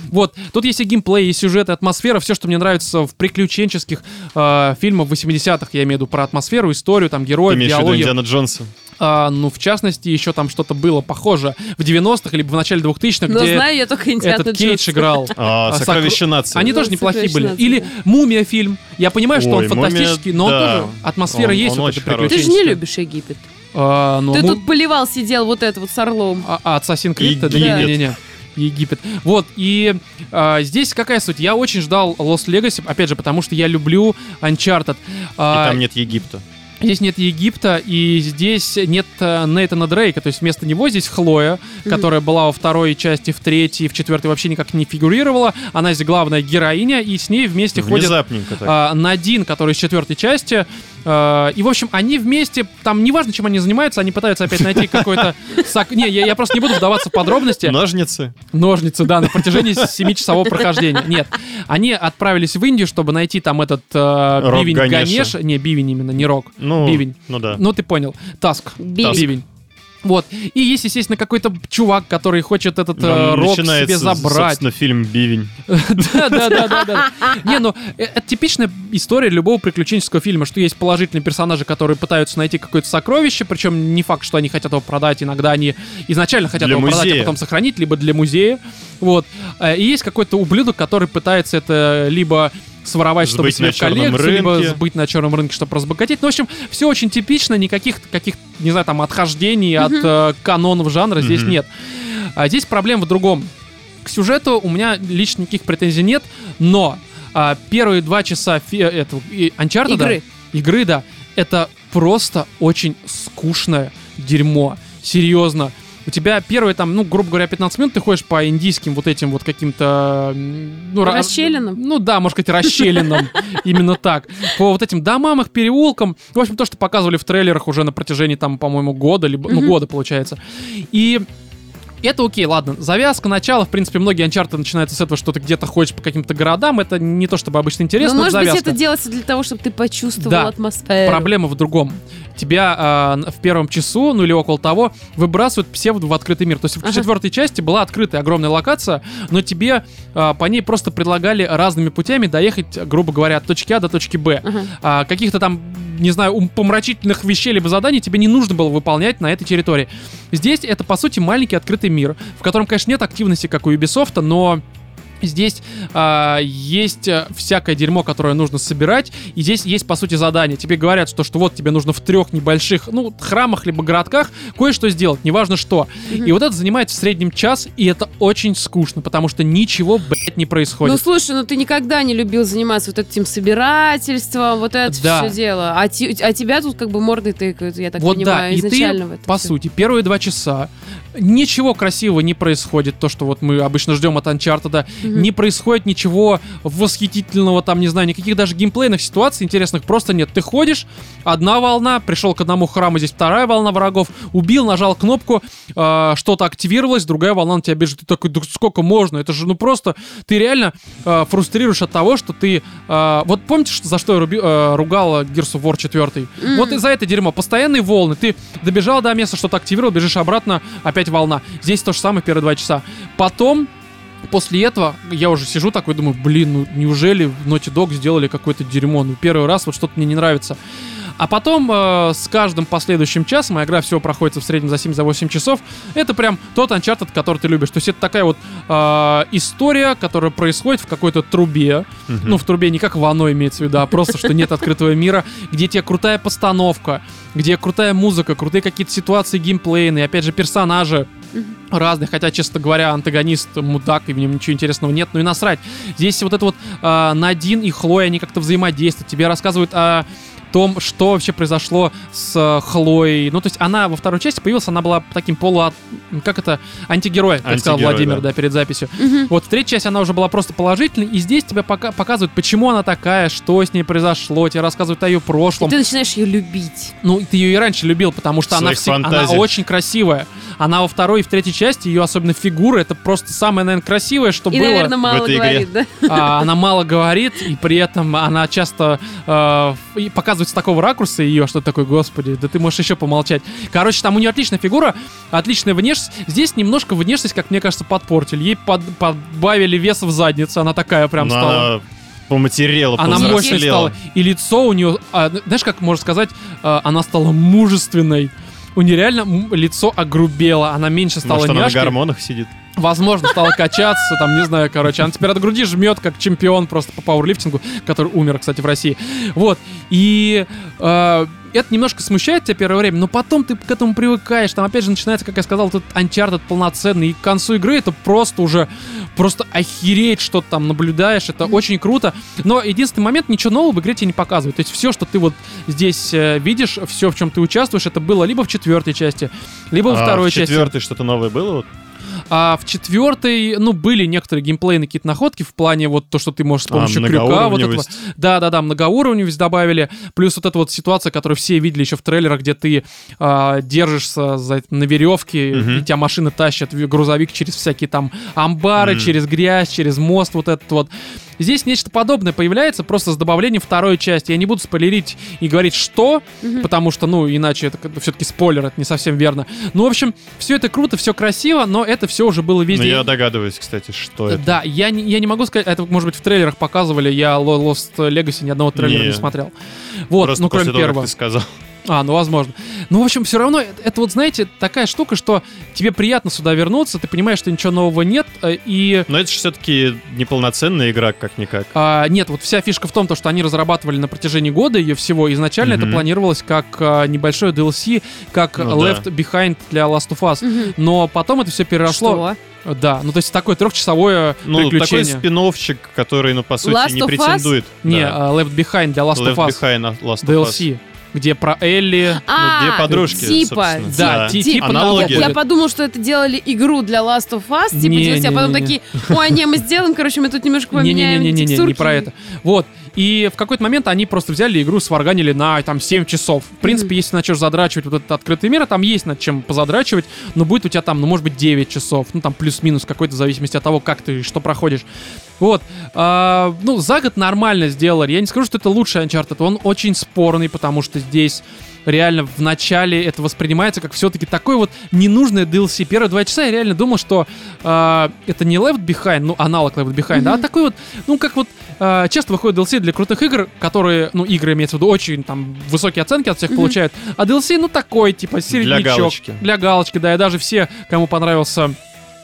Speaker 1: Вот, тут есть и геймплей, и сюжет, и атмосфера, все, что мне нравится в приключенческих э, фильмах 80-х, я имею в виду про атмосферу, историю, там,
Speaker 2: Ты
Speaker 1: героев,
Speaker 2: имеешь в виду
Speaker 1: диалоги.
Speaker 2: Индиана Джонса.
Speaker 1: А, ну, в частности, еще там что-то было похоже в 90-х, либо в начале 2000-х,
Speaker 3: Но
Speaker 1: где
Speaker 3: знаю я только Индиана
Speaker 1: этот
Speaker 3: Джонса.
Speaker 1: Кейдж играл.
Speaker 2: А,
Speaker 1: А,
Speaker 2: Сокровище нации.
Speaker 1: Они
Speaker 3: Да,
Speaker 1: тоже неплохие
Speaker 3: согласна,
Speaker 1: были. Или «Мумия» фильм. Я понимаю, что
Speaker 2: Ой,
Speaker 1: он
Speaker 2: «Мумия»,
Speaker 1: фантастический, но
Speaker 2: да.
Speaker 1: он тоже... Атмосфера
Speaker 2: Он-
Speaker 1: есть,
Speaker 2: он
Speaker 1: вот
Speaker 2: очень
Speaker 1: это
Speaker 2: хороший.
Speaker 3: Ты же не
Speaker 1: приключенческий.
Speaker 3: любишь Египет.
Speaker 1: А, ну,
Speaker 3: Ты
Speaker 1: «Му-
Speaker 3: тут поливал, сидел вот это вот с Орлом.
Speaker 1: а, а, Assassin's Creed, да,
Speaker 2: Египет.
Speaker 1: не-не-не. Египет. Вот, и а, здесь какая суть? Я очень ждал Lost Legacy, опять же, потому что я люблю Uncharted.
Speaker 2: И
Speaker 1: А,
Speaker 2: там нет Египта.
Speaker 1: Здесь нет Египта, и здесь нет э, Нейтана Дрейка. То есть вместо него здесь Хлоя, которая была во второй части, в третьей, в четвертой вообще никак не фигурировала. Она здесь главная героиня, и с ней вместе ходит
Speaker 2: Внезапненько так.
Speaker 1: а, Надин, который из четвертой части. Э, И, в общем, они вместе, там, неважно, чем они занимаются, они пытаются опять найти какой-то... сак- Не, я я просто не буду вдаваться в подробности.
Speaker 2: Ножницы.
Speaker 1: Ножницы, да, на протяжении 7-часового прохождения. Нет, они отправились в Индию, чтобы найти там этот э,
Speaker 2: Рок
Speaker 1: бивень
Speaker 2: Ганеша.
Speaker 1: Ганеш. Не, бивень именно, не рок.
Speaker 2: Ну,
Speaker 1: Бивень.
Speaker 2: ну да.
Speaker 1: Ну, ты понял. Таск.
Speaker 3: Бивень.
Speaker 1: Бивень. Вот. И есть, естественно, какой-то чувак, который хочет этот э,
Speaker 2: Там
Speaker 1: рок
Speaker 2: начинается,
Speaker 1: себе забрать.
Speaker 2: собственно, фильм «Бивень».
Speaker 1: Да, да, да, да, да. Не, ну э, это типичная история любого приключенческого фильма, что есть положительные персонажи, которые пытаются найти какое-то сокровище, причем не факт, что они хотят его продать, иногда они изначально хотят
Speaker 2: Для
Speaker 1: его продать, а
Speaker 2: музея.
Speaker 1: потом сохранить, либо для музея. Вот. Э, И есть какой-то ублюдок, который пытается это либо своровать, чтобы
Speaker 2: Сбыть
Speaker 1: себе
Speaker 2: на
Speaker 1: в
Speaker 2: черном
Speaker 1: коллекцию, либо
Speaker 2: рынке.
Speaker 1: сбыть на черном рынке, чтобы разбогатеть. Ну, в общем, все очень типично, никаких каких, не знаю, там отхождений от э, канонов жанра здесь
Speaker 2: Мгм.
Speaker 1: нет. А здесь проблема в другом. К сюжету у меня лично никаких претензий нет, но а, первые два часа фи- э, этого, и- Uncharted, да,
Speaker 3: Игры.
Speaker 1: игры, да, это просто очень скучное дерьмо. Серьезно. У тебя первые там, ну, грубо говоря, 15 минут ты ходишь по индийским вот этим вот каким-то... м, Ну, ра-
Speaker 3: Расщелинам?
Speaker 1: Ну да, может быть, расщелинам. Именно так. По вот этим домам, их переулкам. В общем, то, что показывали в трейлерах уже на протяжении там, по-моему, года, либо, ну,
Speaker 3: Мгм.
Speaker 1: года, получается. И это окей, ладно. Завязка, начало. В принципе, многие анчарты начинаются с этого, что ты где-то ходишь по каким-то городам. Это не то чтобы обычно интересно,
Speaker 3: Но, Ну, может
Speaker 1: завязка.
Speaker 3: быть, это делается для того, чтобы ты почувствовал
Speaker 1: Да.
Speaker 3: атмосферу.
Speaker 1: Проблема в другом. Тебя а, н- в первом часу, ну или около того, выбрасывают псевдо в открытый мир. То есть в
Speaker 3: Ага.
Speaker 1: четвертой части была открытая огромная локация, но тебе а, по ней просто предлагали разными путями доехать, грубо говоря, от точки А до точки Б.
Speaker 3: Ага.
Speaker 1: А, каких-то там, не знаю, ум- помрачительных вещей либо заданий тебе не нужно было выполнять на этой территории. Здесь это, по сути, маленький открытый мир, в котором, конечно, нет активности, как у Ubisoft, но Здесь а, есть э, всякое дерьмо, которое нужно собирать, и здесь есть, по сути, задание. Тебе говорят, что, что вот тебе нужно в трех небольших, ну, храмах либо городках кое-что сделать, неважно что. И вот это занимает в среднем час, и это очень скучно, потому что ничего, блядь, не
Speaker 3: Ну,
Speaker 1: происходит.
Speaker 3: слушай, ну ты никогда не любил заниматься вот этим собирательством, вот это
Speaker 1: Да.
Speaker 3: все дело. А, ти- а тебя тут как бы мордой тыкают, я так
Speaker 1: вот да,
Speaker 3: понимаю,
Speaker 1: и
Speaker 3: изначально
Speaker 1: ты,
Speaker 3: в этом
Speaker 1: по
Speaker 3: всё.
Speaker 1: сути, первые два часа ничего красивого не происходит, то, что вот мы обычно ждем от Uncharted,
Speaker 3: Мгм.
Speaker 1: не происходит ничего восхитительного, там, не знаю, никаких даже геймплейных ситуаций интересных просто нет. Ты ходишь, одна волна, пришел к одному храму, здесь вторая волна врагов, убил, нажал кнопку, э, что-то активировалось, другая волна на тебя бежит. Ты такой, «Да сколько можно? Это же, ну, просто ты реально э, фрустрируешь от того, что ты... э, вот помните, что- за что я руби- э, ругал э, Gears of War 4?
Speaker 3: Мгм.
Speaker 1: Вот из-за это дерьмо. Постоянные волны. Ты добежал до места, что-то активировал, бежишь обратно, опять волна. Здесь то же самое первые два часа. Потом После этого я уже сижу такой, думаю, блин, ну неужели в Naughty Dog сделали какое-то дерьмо? Ну первый раз вот что-то мне не нравится. А потом э, с каждым последующим часом, а игра всего проходится в среднем за 7-8 часов, это прям тот Uncharted, который ты любишь. То есть это такая вот э, история, которая происходит в какой-то трубе.
Speaker 2: Мгм.
Speaker 1: Ну, в трубе не как в оно имеется в виду, а просто, что нет открытого мира, где тебе крутая постановка, где крутая музыка, крутые какие-то ситуации геймплейные, опять же, персонажи разные, хотя, честно говоря, антагонист мудак, и в нем ничего интересного нет, ну и насрать. Здесь вот это вот а, Надин и Хлоя, они как-то взаимодействуют, тебе рассказывают о том, что вообще произошло с э, Хлоей. Ну, то есть она во второй части появилась, она была таким полу... Как это? Антигерой, как сказал
Speaker 2: Антигерой,
Speaker 1: Владимир,
Speaker 2: да.
Speaker 1: да, перед записью.
Speaker 3: Мгм.
Speaker 1: Вот в третьей части она уже была просто положительной, и здесь тебя пока показывают, почему она такая, что с ней произошло, тебе рассказывают о ее
Speaker 3: И
Speaker 1: прошлом.
Speaker 3: ты начинаешь ее любить.
Speaker 1: Ну, и ты ее и раньше любил, потому что она,
Speaker 2: Своих
Speaker 1: всег- она
Speaker 2: фантазий.
Speaker 1: очень красивая. Она во второй и в третьей части, ее особенно фигура, это просто самое, наверное, красивое, что
Speaker 3: И,
Speaker 1: было.
Speaker 3: наверное, мало
Speaker 2: этой игре.
Speaker 3: говорит, да?
Speaker 1: А, она мало говорит, и при этом она часто э, и показывает с такого ракурса ее, что ты такой, господи, да ты можешь еще помолчать. Короче, там у нее отличная фигура, отличная внешность. Здесь немножко внешность, как мне кажется, подпортили. Ей под- подбавили веса в задницу, она такая прям
Speaker 2: Ну,
Speaker 1: стала.
Speaker 2: Она поматерела,
Speaker 1: Она мощной
Speaker 2: повзрослела.
Speaker 1: стала. И лицо у нее, а, знаешь, как можно сказать, а, она стала мужественной. У нее реально м- лицо огрубело, она меньше стала
Speaker 2: Может, она на
Speaker 1: няшкой.
Speaker 2: гормонах сидит.
Speaker 1: Возможно, стала качаться, там, не знаю, короче. Она теперь от груди жмет, как чемпион просто по пауэрлифтингу, который умер, кстати, в России. Вот. И э, это немножко смущает тебя первое время, но потом ты к этому привыкаешь. Там, опять же, начинается, как я сказал, тут Uncharted полноценный. И к концу игры это просто уже, просто охереть, что ты там наблюдаешь. Это очень круто. Но единственный момент, ничего нового в игре тебе не показывают. То есть все, что ты вот здесь э, видишь, все, в чем ты участвуешь, это было либо в четвертой части, либо во
Speaker 2: А
Speaker 1: второй
Speaker 2: в
Speaker 1: части.
Speaker 2: четвертой что-то новое было? Вот
Speaker 1: А в четвертой, ну, были некоторые геймплейные какие-то находки в плане вот то, что ты можешь с
Speaker 2: А,
Speaker 1: помощью крюка вот этого.
Speaker 2: многоуровневость.
Speaker 1: Да-да-да, многоуровневость добавили. Плюс вот эта вот ситуация, которую все видели еще в трейлерах, где ты а, держишься за- на веревке,
Speaker 2: Мгм.
Speaker 1: и тебя машины тащат, в- грузовик через всякие там амбары,
Speaker 2: Мгм.
Speaker 1: через грязь, через мост вот этот вот. Здесь нечто подобное появляется, просто с добавлением второй части. Я не буду спойлерить и говорить, что,
Speaker 3: Мгм.
Speaker 1: потому что, ну, иначе это все-таки спойлер, это не совсем верно. Ну, в общем, все это круто, все красиво, но это все уже было
Speaker 2: Ну,
Speaker 1: везде.
Speaker 2: я догадываюсь, кстати, что это.
Speaker 1: Да, я не, я не могу сказать, это, может быть, в трейлерах показывали, я Lo- Lost Legacy ни одного трейлера не,
Speaker 2: Не.
Speaker 1: смотрел. Вот,
Speaker 2: Просто
Speaker 1: ну, кроме
Speaker 2: после того, как
Speaker 1: первого.
Speaker 2: ты сказал.
Speaker 1: А, ну, возможно. Ну, в общем, все равно, э- это, вот, знаете, такая штука, что тебе приятно сюда вернуться, ты понимаешь, что ничего нового нет, э, и...
Speaker 2: Но это же все-таки неполноценная игра, как-никак.
Speaker 1: а, нет, вот вся фишка в том, то, что они разрабатывали на протяжении года ее всего. Изначально это
Speaker 2: Мгм.
Speaker 1: планировалось как а, небольшое DLC, как
Speaker 2: Ну да.
Speaker 1: Left Behind для Last of Us.
Speaker 3: Мгм.
Speaker 1: Но потом это все переросло.
Speaker 3: Что?
Speaker 1: Да, ну то есть такое трехчасовое
Speaker 2: Ну, такой
Speaker 1: приключение.
Speaker 2: спиновчик, который, ну, по сути,
Speaker 3: Last
Speaker 2: не
Speaker 3: of Us?
Speaker 2: претендует.
Speaker 1: Не,
Speaker 2: Да.
Speaker 1: а, Left Behind для Last
Speaker 2: Left
Speaker 1: of Us.
Speaker 2: Behind а, Last of Us.
Speaker 1: DLC, где про Элли.
Speaker 3: А,
Speaker 2: Ну, где подружки,
Speaker 3: типа,
Speaker 2: собственно.
Speaker 1: Да,
Speaker 2: Да.
Speaker 1: ти-
Speaker 3: Типа
Speaker 1: типа
Speaker 2: аналоги.
Speaker 1: того.
Speaker 2: Аналогия.
Speaker 3: Я подумал, что это делали игру для Last of Us, типа
Speaker 1: Не,
Speaker 3: DLC, а
Speaker 1: не,
Speaker 3: потом
Speaker 1: не, не.
Speaker 3: такие, ой, не, мы сделаем, короче, мы тут немножко поменяем
Speaker 1: Не-не-не-не-не, не
Speaker 3: текстурки».
Speaker 1: про это. Вот. И в какой-то момент они просто взяли игру, сварганили на там 7 часов. В принципе, если начнешь задрачивать вот этот открытый мир, а там есть над чем позадрачивать, но будет у тебя там, ну, может быть, 9 часов, ну, там плюс-минус какой-то, в зависимости от того, как ты и что проходишь. Вот. А, ну, за год нормально сделали. Я не скажу, что это лучший Uncharted. Он очень спорный, потому что здесь реально в начале это воспринимается как все-таки такой вот ненужное DLC. Первые два часа я реально думал, что а, это не Left Behind, ну, аналог Left Behind, а такой вот, ну, как вот а, часто выходит DLC для крутых игр, которые, ну, игры, имеется в виду, очень там высокие оценки от всех получают, а DLC, ну, такой, типа, середнячок.
Speaker 2: галочки.
Speaker 1: Для галочки, да, и даже все, кому понравился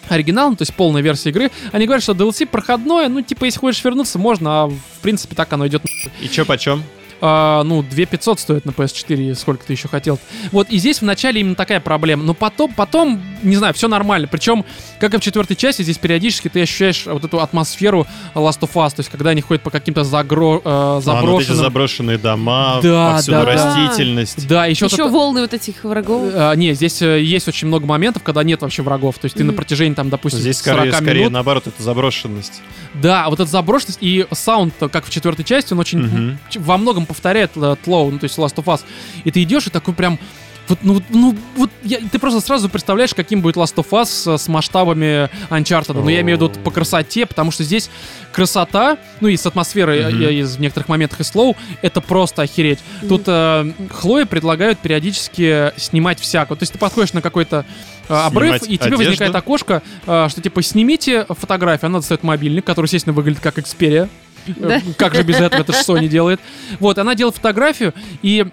Speaker 1: оригинал, ну, то есть полная версия игры, они говорят, что DLC проходное, ну, типа, если хочешь вернуться, можно, а в принципе так оно идет.
Speaker 2: И чё почем?
Speaker 1: А, ну, 2500 стоит на PS4, сколько ты еще хотел. Вот, и здесь вначале именно такая проблема. Но потом, потом, не знаю, все нормально. Причем, как и в четвертой части, здесь периодически ты ощущаешь вот эту атмосферу Last of Us, то есть когда они ходят по каким-то загро... э,
Speaker 2: А, ну, вот эти
Speaker 1: заброшенным...
Speaker 2: заброшенные дома,
Speaker 1: Да,
Speaker 2: повсюду
Speaker 1: да,
Speaker 3: да.
Speaker 2: растительность.
Speaker 1: Да, еще,
Speaker 3: Еще волны вот этих врагов.
Speaker 1: не, здесь э, есть очень много моментов, когда нет вообще врагов. То есть ты на
Speaker 3: Мгм.
Speaker 1: протяжении, там, допустим,
Speaker 2: Здесь
Speaker 1: 40
Speaker 2: скорее, скорее
Speaker 1: минут
Speaker 2: наоборот, это заброшенность.
Speaker 1: Да, вот эта заброшенность и саунд, как в четвертой части, он очень
Speaker 2: Мгм.
Speaker 1: ч- во многом повторяет э, Тлоу, ну то есть Last of Us. И ты идешь и такой прям вот, ну, вот- ну, вот я- ты просто сразу представляешь, каким будет Last of Us э, с масштабами Uncharted. Ну, я имею в виду вот по красоте, потому что здесь красота, ну, и с атмосферой, э,
Speaker 2: Мгм.
Speaker 1: э, из в некоторых моментах и слоу, это просто охереть. Тут э, Хлоя предлагают периодически снимать всякого. То есть ты подходишь на какой-то э, обрыв,
Speaker 2: Снимать
Speaker 1: и тебе
Speaker 2: одежду?
Speaker 1: возникает окошко, э, что типа снимите фотографию, она достает мобильник, который, естественно, выглядит как Xperia. Э,
Speaker 3: Да.
Speaker 1: Как же без этого, это же Sony делает. Вот, она делает фотографию, и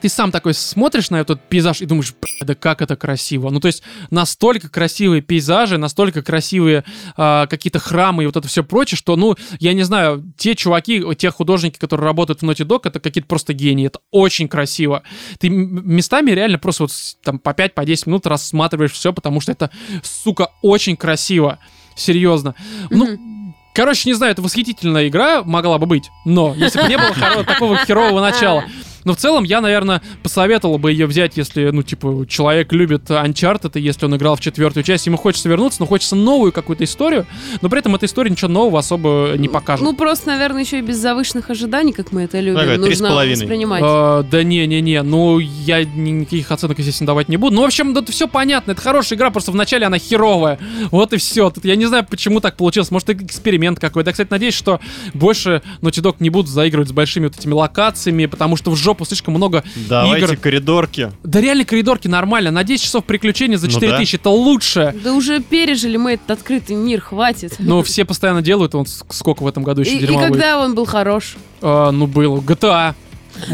Speaker 1: ты сам такой смотришь на этот пейзаж и думаешь, «Бля, да как это красиво. Ну, то есть настолько красивые пейзажи, настолько красивые а, какие-то храмы и вот это все прочее, что, ну, я не знаю, те чуваки, те художники, которые работают в Naughty Dog, это какие-то просто гении. Это очень красиво. Ты м- местами реально просто вот с- там по 5-10 минут рассматриваешь все, потому что это, сука, очень красиво. Серьезно. Ну, короче, не знаю, это восхитительная игра могла бы быть, но если бы не было хоро- такого херового начала. Но в целом я, наверное, посоветовал бы ее взять, если, ну, типа, человек любит Uncharted, и если он играл в четвертую часть, ему хочется вернуться, но хочется новую какую-то историю, но при этом эта история ничего нового особо не покажет.
Speaker 3: Ну, просто, наверное, еще и без завышенных ожиданий, как мы это любим,
Speaker 2: Давай, три с
Speaker 3: нужно
Speaker 2: половиной.
Speaker 3: воспринимать.
Speaker 1: А, да не-не-не, ну я ни- никаких оценок, естественно, давать не буду. Ну, в общем, да все понятно, это хорошая игра, просто вначале она херовая. Вот и все. Тут я не знаю, почему так получилось. Может, это эксперимент какой-то. Я, кстати, надеюсь, что больше Naughty Dog не будут заигрывать с большими вот этими локациями, потому что в жопу слишком много
Speaker 2: Давайте
Speaker 1: игр.
Speaker 2: коридорки.
Speaker 1: Да реально коридорки нормально. На 10 часов приключений за
Speaker 2: Ну
Speaker 1: 4000
Speaker 2: да.
Speaker 1: тысячи это лучше.
Speaker 3: Да уже пережили мы этот открытый мир, хватит.
Speaker 1: Но все постоянно делают, он с- сколько в этом году еще
Speaker 3: И, и
Speaker 1: дерьма будет.
Speaker 3: когда он был хорош?
Speaker 1: А, ну, было. GTA.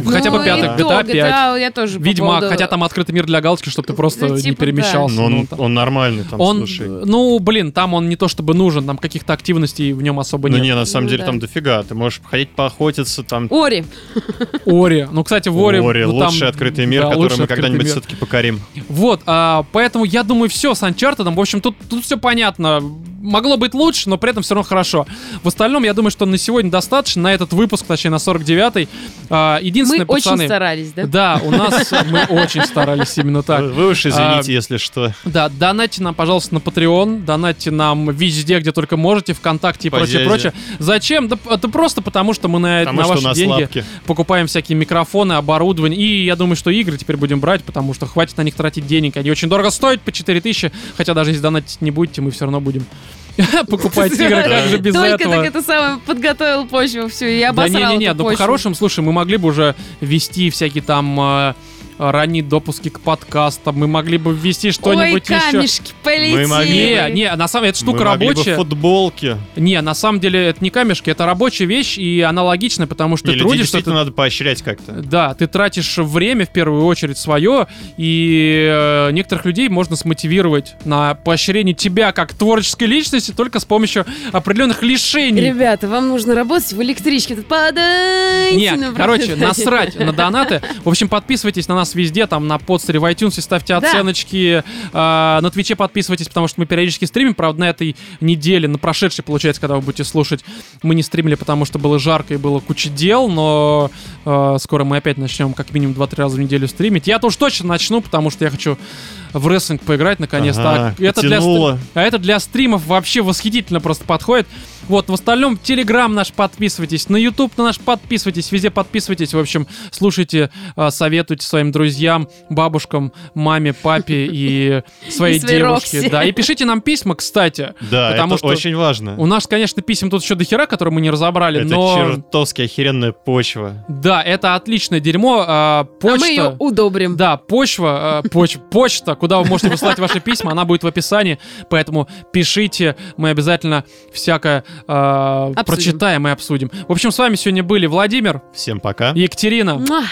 Speaker 1: Хотя
Speaker 3: Ну,
Speaker 1: бы
Speaker 3: и
Speaker 1: пятый, А
Speaker 3: то,
Speaker 1: GTA 5.
Speaker 3: GTA, я тоже по
Speaker 1: Ведьмак,
Speaker 3: поводу-
Speaker 1: хотя там открытый мир для галочки, чтобы ты просто
Speaker 3: Ну,
Speaker 1: не
Speaker 3: типа, да.
Speaker 1: перемещался.
Speaker 2: Ну,
Speaker 1: Ну,
Speaker 2: он,
Speaker 1: там-
Speaker 2: он нормальный там,
Speaker 1: Он,
Speaker 2: слушай.
Speaker 1: э, ну, блин, там он не то чтобы нужен, там каких-то активностей в нем особо
Speaker 2: Ну
Speaker 1: нет.
Speaker 2: не, на самом
Speaker 3: Ну,
Speaker 2: деле
Speaker 3: да.
Speaker 2: там дофига. Ты можешь ходить поохотиться, там
Speaker 3: Ори,
Speaker 1: Ори. Ну, кстати, в Ори...
Speaker 2: Ори,
Speaker 1: ну, там-
Speaker 2: лучший открытый мир,
Speaker 1: да,
Speaker 2: который
Speaker 1: лучший
Speaker 2: мы
Speaker 1: открытый
Speaker 2: когда-нибудь
Speaker 1: мир.
Speaker 2: все-таки покорим.
Speaker 1: Вот, а, поэтому я думаю, все с Uncharted. В общем, тут, тут все понятно. Могло быть лучше, но при этом все равно хорошо. В остальном, я думаю, что на сегодня достаточно. На этот выпуск, точнее, на 49-й. А, единственное,
Speaker 3: Мы очень
Speaker 1: пацаны...
Speaker 3: старались, да?
Speaker 1: Да, у нас мы очень старались именно так.
Speaker 2: Вы уж извините,
Speaker 1: А,
Speaker 2: если что.
Speaker 1: Да, донатьте нам, пожалуйста, на Patreon, донатьте нам везде, где только можете, ВКонтакте и
Speaker 2: По
Speaker 1: прочее,
Speaker 2: зязе.
Speaker 1: прочее. Зачем? Да это просто потому, что мы на,
Speaker 2: Потому
Speaker 1: на
Speaker 2: что
Speaker 1: ваши
Speaker 2: у нас
Speaker 1: деньги
Speaker 2: лапки.
Speaker 1: покупаем всякие микрофоны, оборудование, и я думаю, что игры теперь будем брать, потому что хватит на них тратить денег, они очень дорого стоят, по 4000, хотя даже если донатить не будете, мы все равно будем покупать игры, как же без
Speaker 3: Только
Speaker 1: этого.
Speaker 3: так это самое подготовил почву всю и
Speaker 1: Да
Speaker 3: обосрал
Speaker 1: не-не-не,
Speaker 3: эту
Speaker 1: да
Speaker 3: почву.
Speaker 1: по-хорошему, ну, слушай, мы могли бы уже вести всякие там э, ранние допуски к подкастам, мы могли бы ввести
Speaker 3: Ой,
Speaker 1: что-нибудь еще.
Speaker 3: камешки, полетели.
Speaker 2: Мы могли
Speaker 1: Не, не, на самом деле, эта штука
Speaker 2: Мы могли бы
Speaker 1: рабочая.
Speaker 2: футболки.
Speaker 1: Не, на самом деле, это не камешки, это рабочая вещь, и она логична, потому что
Speaker 2: Не,
Speaker 1: ты
Speaker 2: людей
Speaker 1: трудишься,
Speaker 2: действительно
Speaker 1: ты-
Speaker 2: надо поощрять как-то.
Speaker 1: да, ты тратишь время в первую очередь свое, и э, некоторых людей можно смотивировать на поощрение тебя как творческой личности только с помощью определенных лишений.
Speaker 3: Ребята, вам нужно работать в электричке. Тут Подайте
Speaker 1: Не,
Speaker 3: нам,
Speaker 1: короче,
Speaker 3: правда.
Speaker 1: насрать на донаты. В общем, подписывайтесь на нас везде, там на подстере в iTunes, ставьте
Speaker 3: Да.
Speaker 1: оценочки. Э, на Твиче подписывайтесь, потому что мы периодически стримим. Правда, на этой неделе, на прошедшей, получается, когда вы будете слушать, мы не стримили, потому что было жарко и было куча дел, но э, скоро мы опять начнем как минимум 2-3 раза в неделю стримить. Я-то уж точно начну, потому что я хочу в рестлинг поиграть наконец-то.
Speaker 2: Ага,
Speaker 1: а, это для
Speaker 2: потянуло.
Speaker 1: стри- а это для стримов вообще восхитительно просто подходит. Вот, в остальном Телеграм наш подписывайтесь, на YouTube на наш подписывайтесь, везде подписывайтесь. В общем, слушайте, э, советуйте своим друзьям, бабушкам, маме, папе и своей
Speaker 3: И своей
Speaker 1: девушке.
Speaker 3: Рокси.
Speaker 1: Да, и пишите нам письма, кстати.
Speaker 2: Да,
Speaker 1: Потому
Speaker 2: это
Speaker 1: что-
Speaker 2: очень важно.
Speaker 1: У нас, конечно, писем тут еще до хера, которые мы не разобрали,
Speaker 2: Это
Speaker 1: но...
Speaker 2: чертовски охеренная почва.
Speaker 1: Да, это отличное дерьмо. а,
Speaker 3: А
Speaker 1: почта...
Speaker 3: мы ее удобрим.
Speaker 1: Да, почва, э, поч- почта, куда вы можете выслать ваши письма, она будет в описании, поэтому пишите, мы обязательно всякое э, прочитаем и обсудим. В общем, с вами сегодня были Владимир,
Speaker 2: Всем пока.
Speaker 1: Екатерина
Speaker 3: Муа.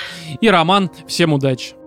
Speaker 1: и Роман. Всем удачи!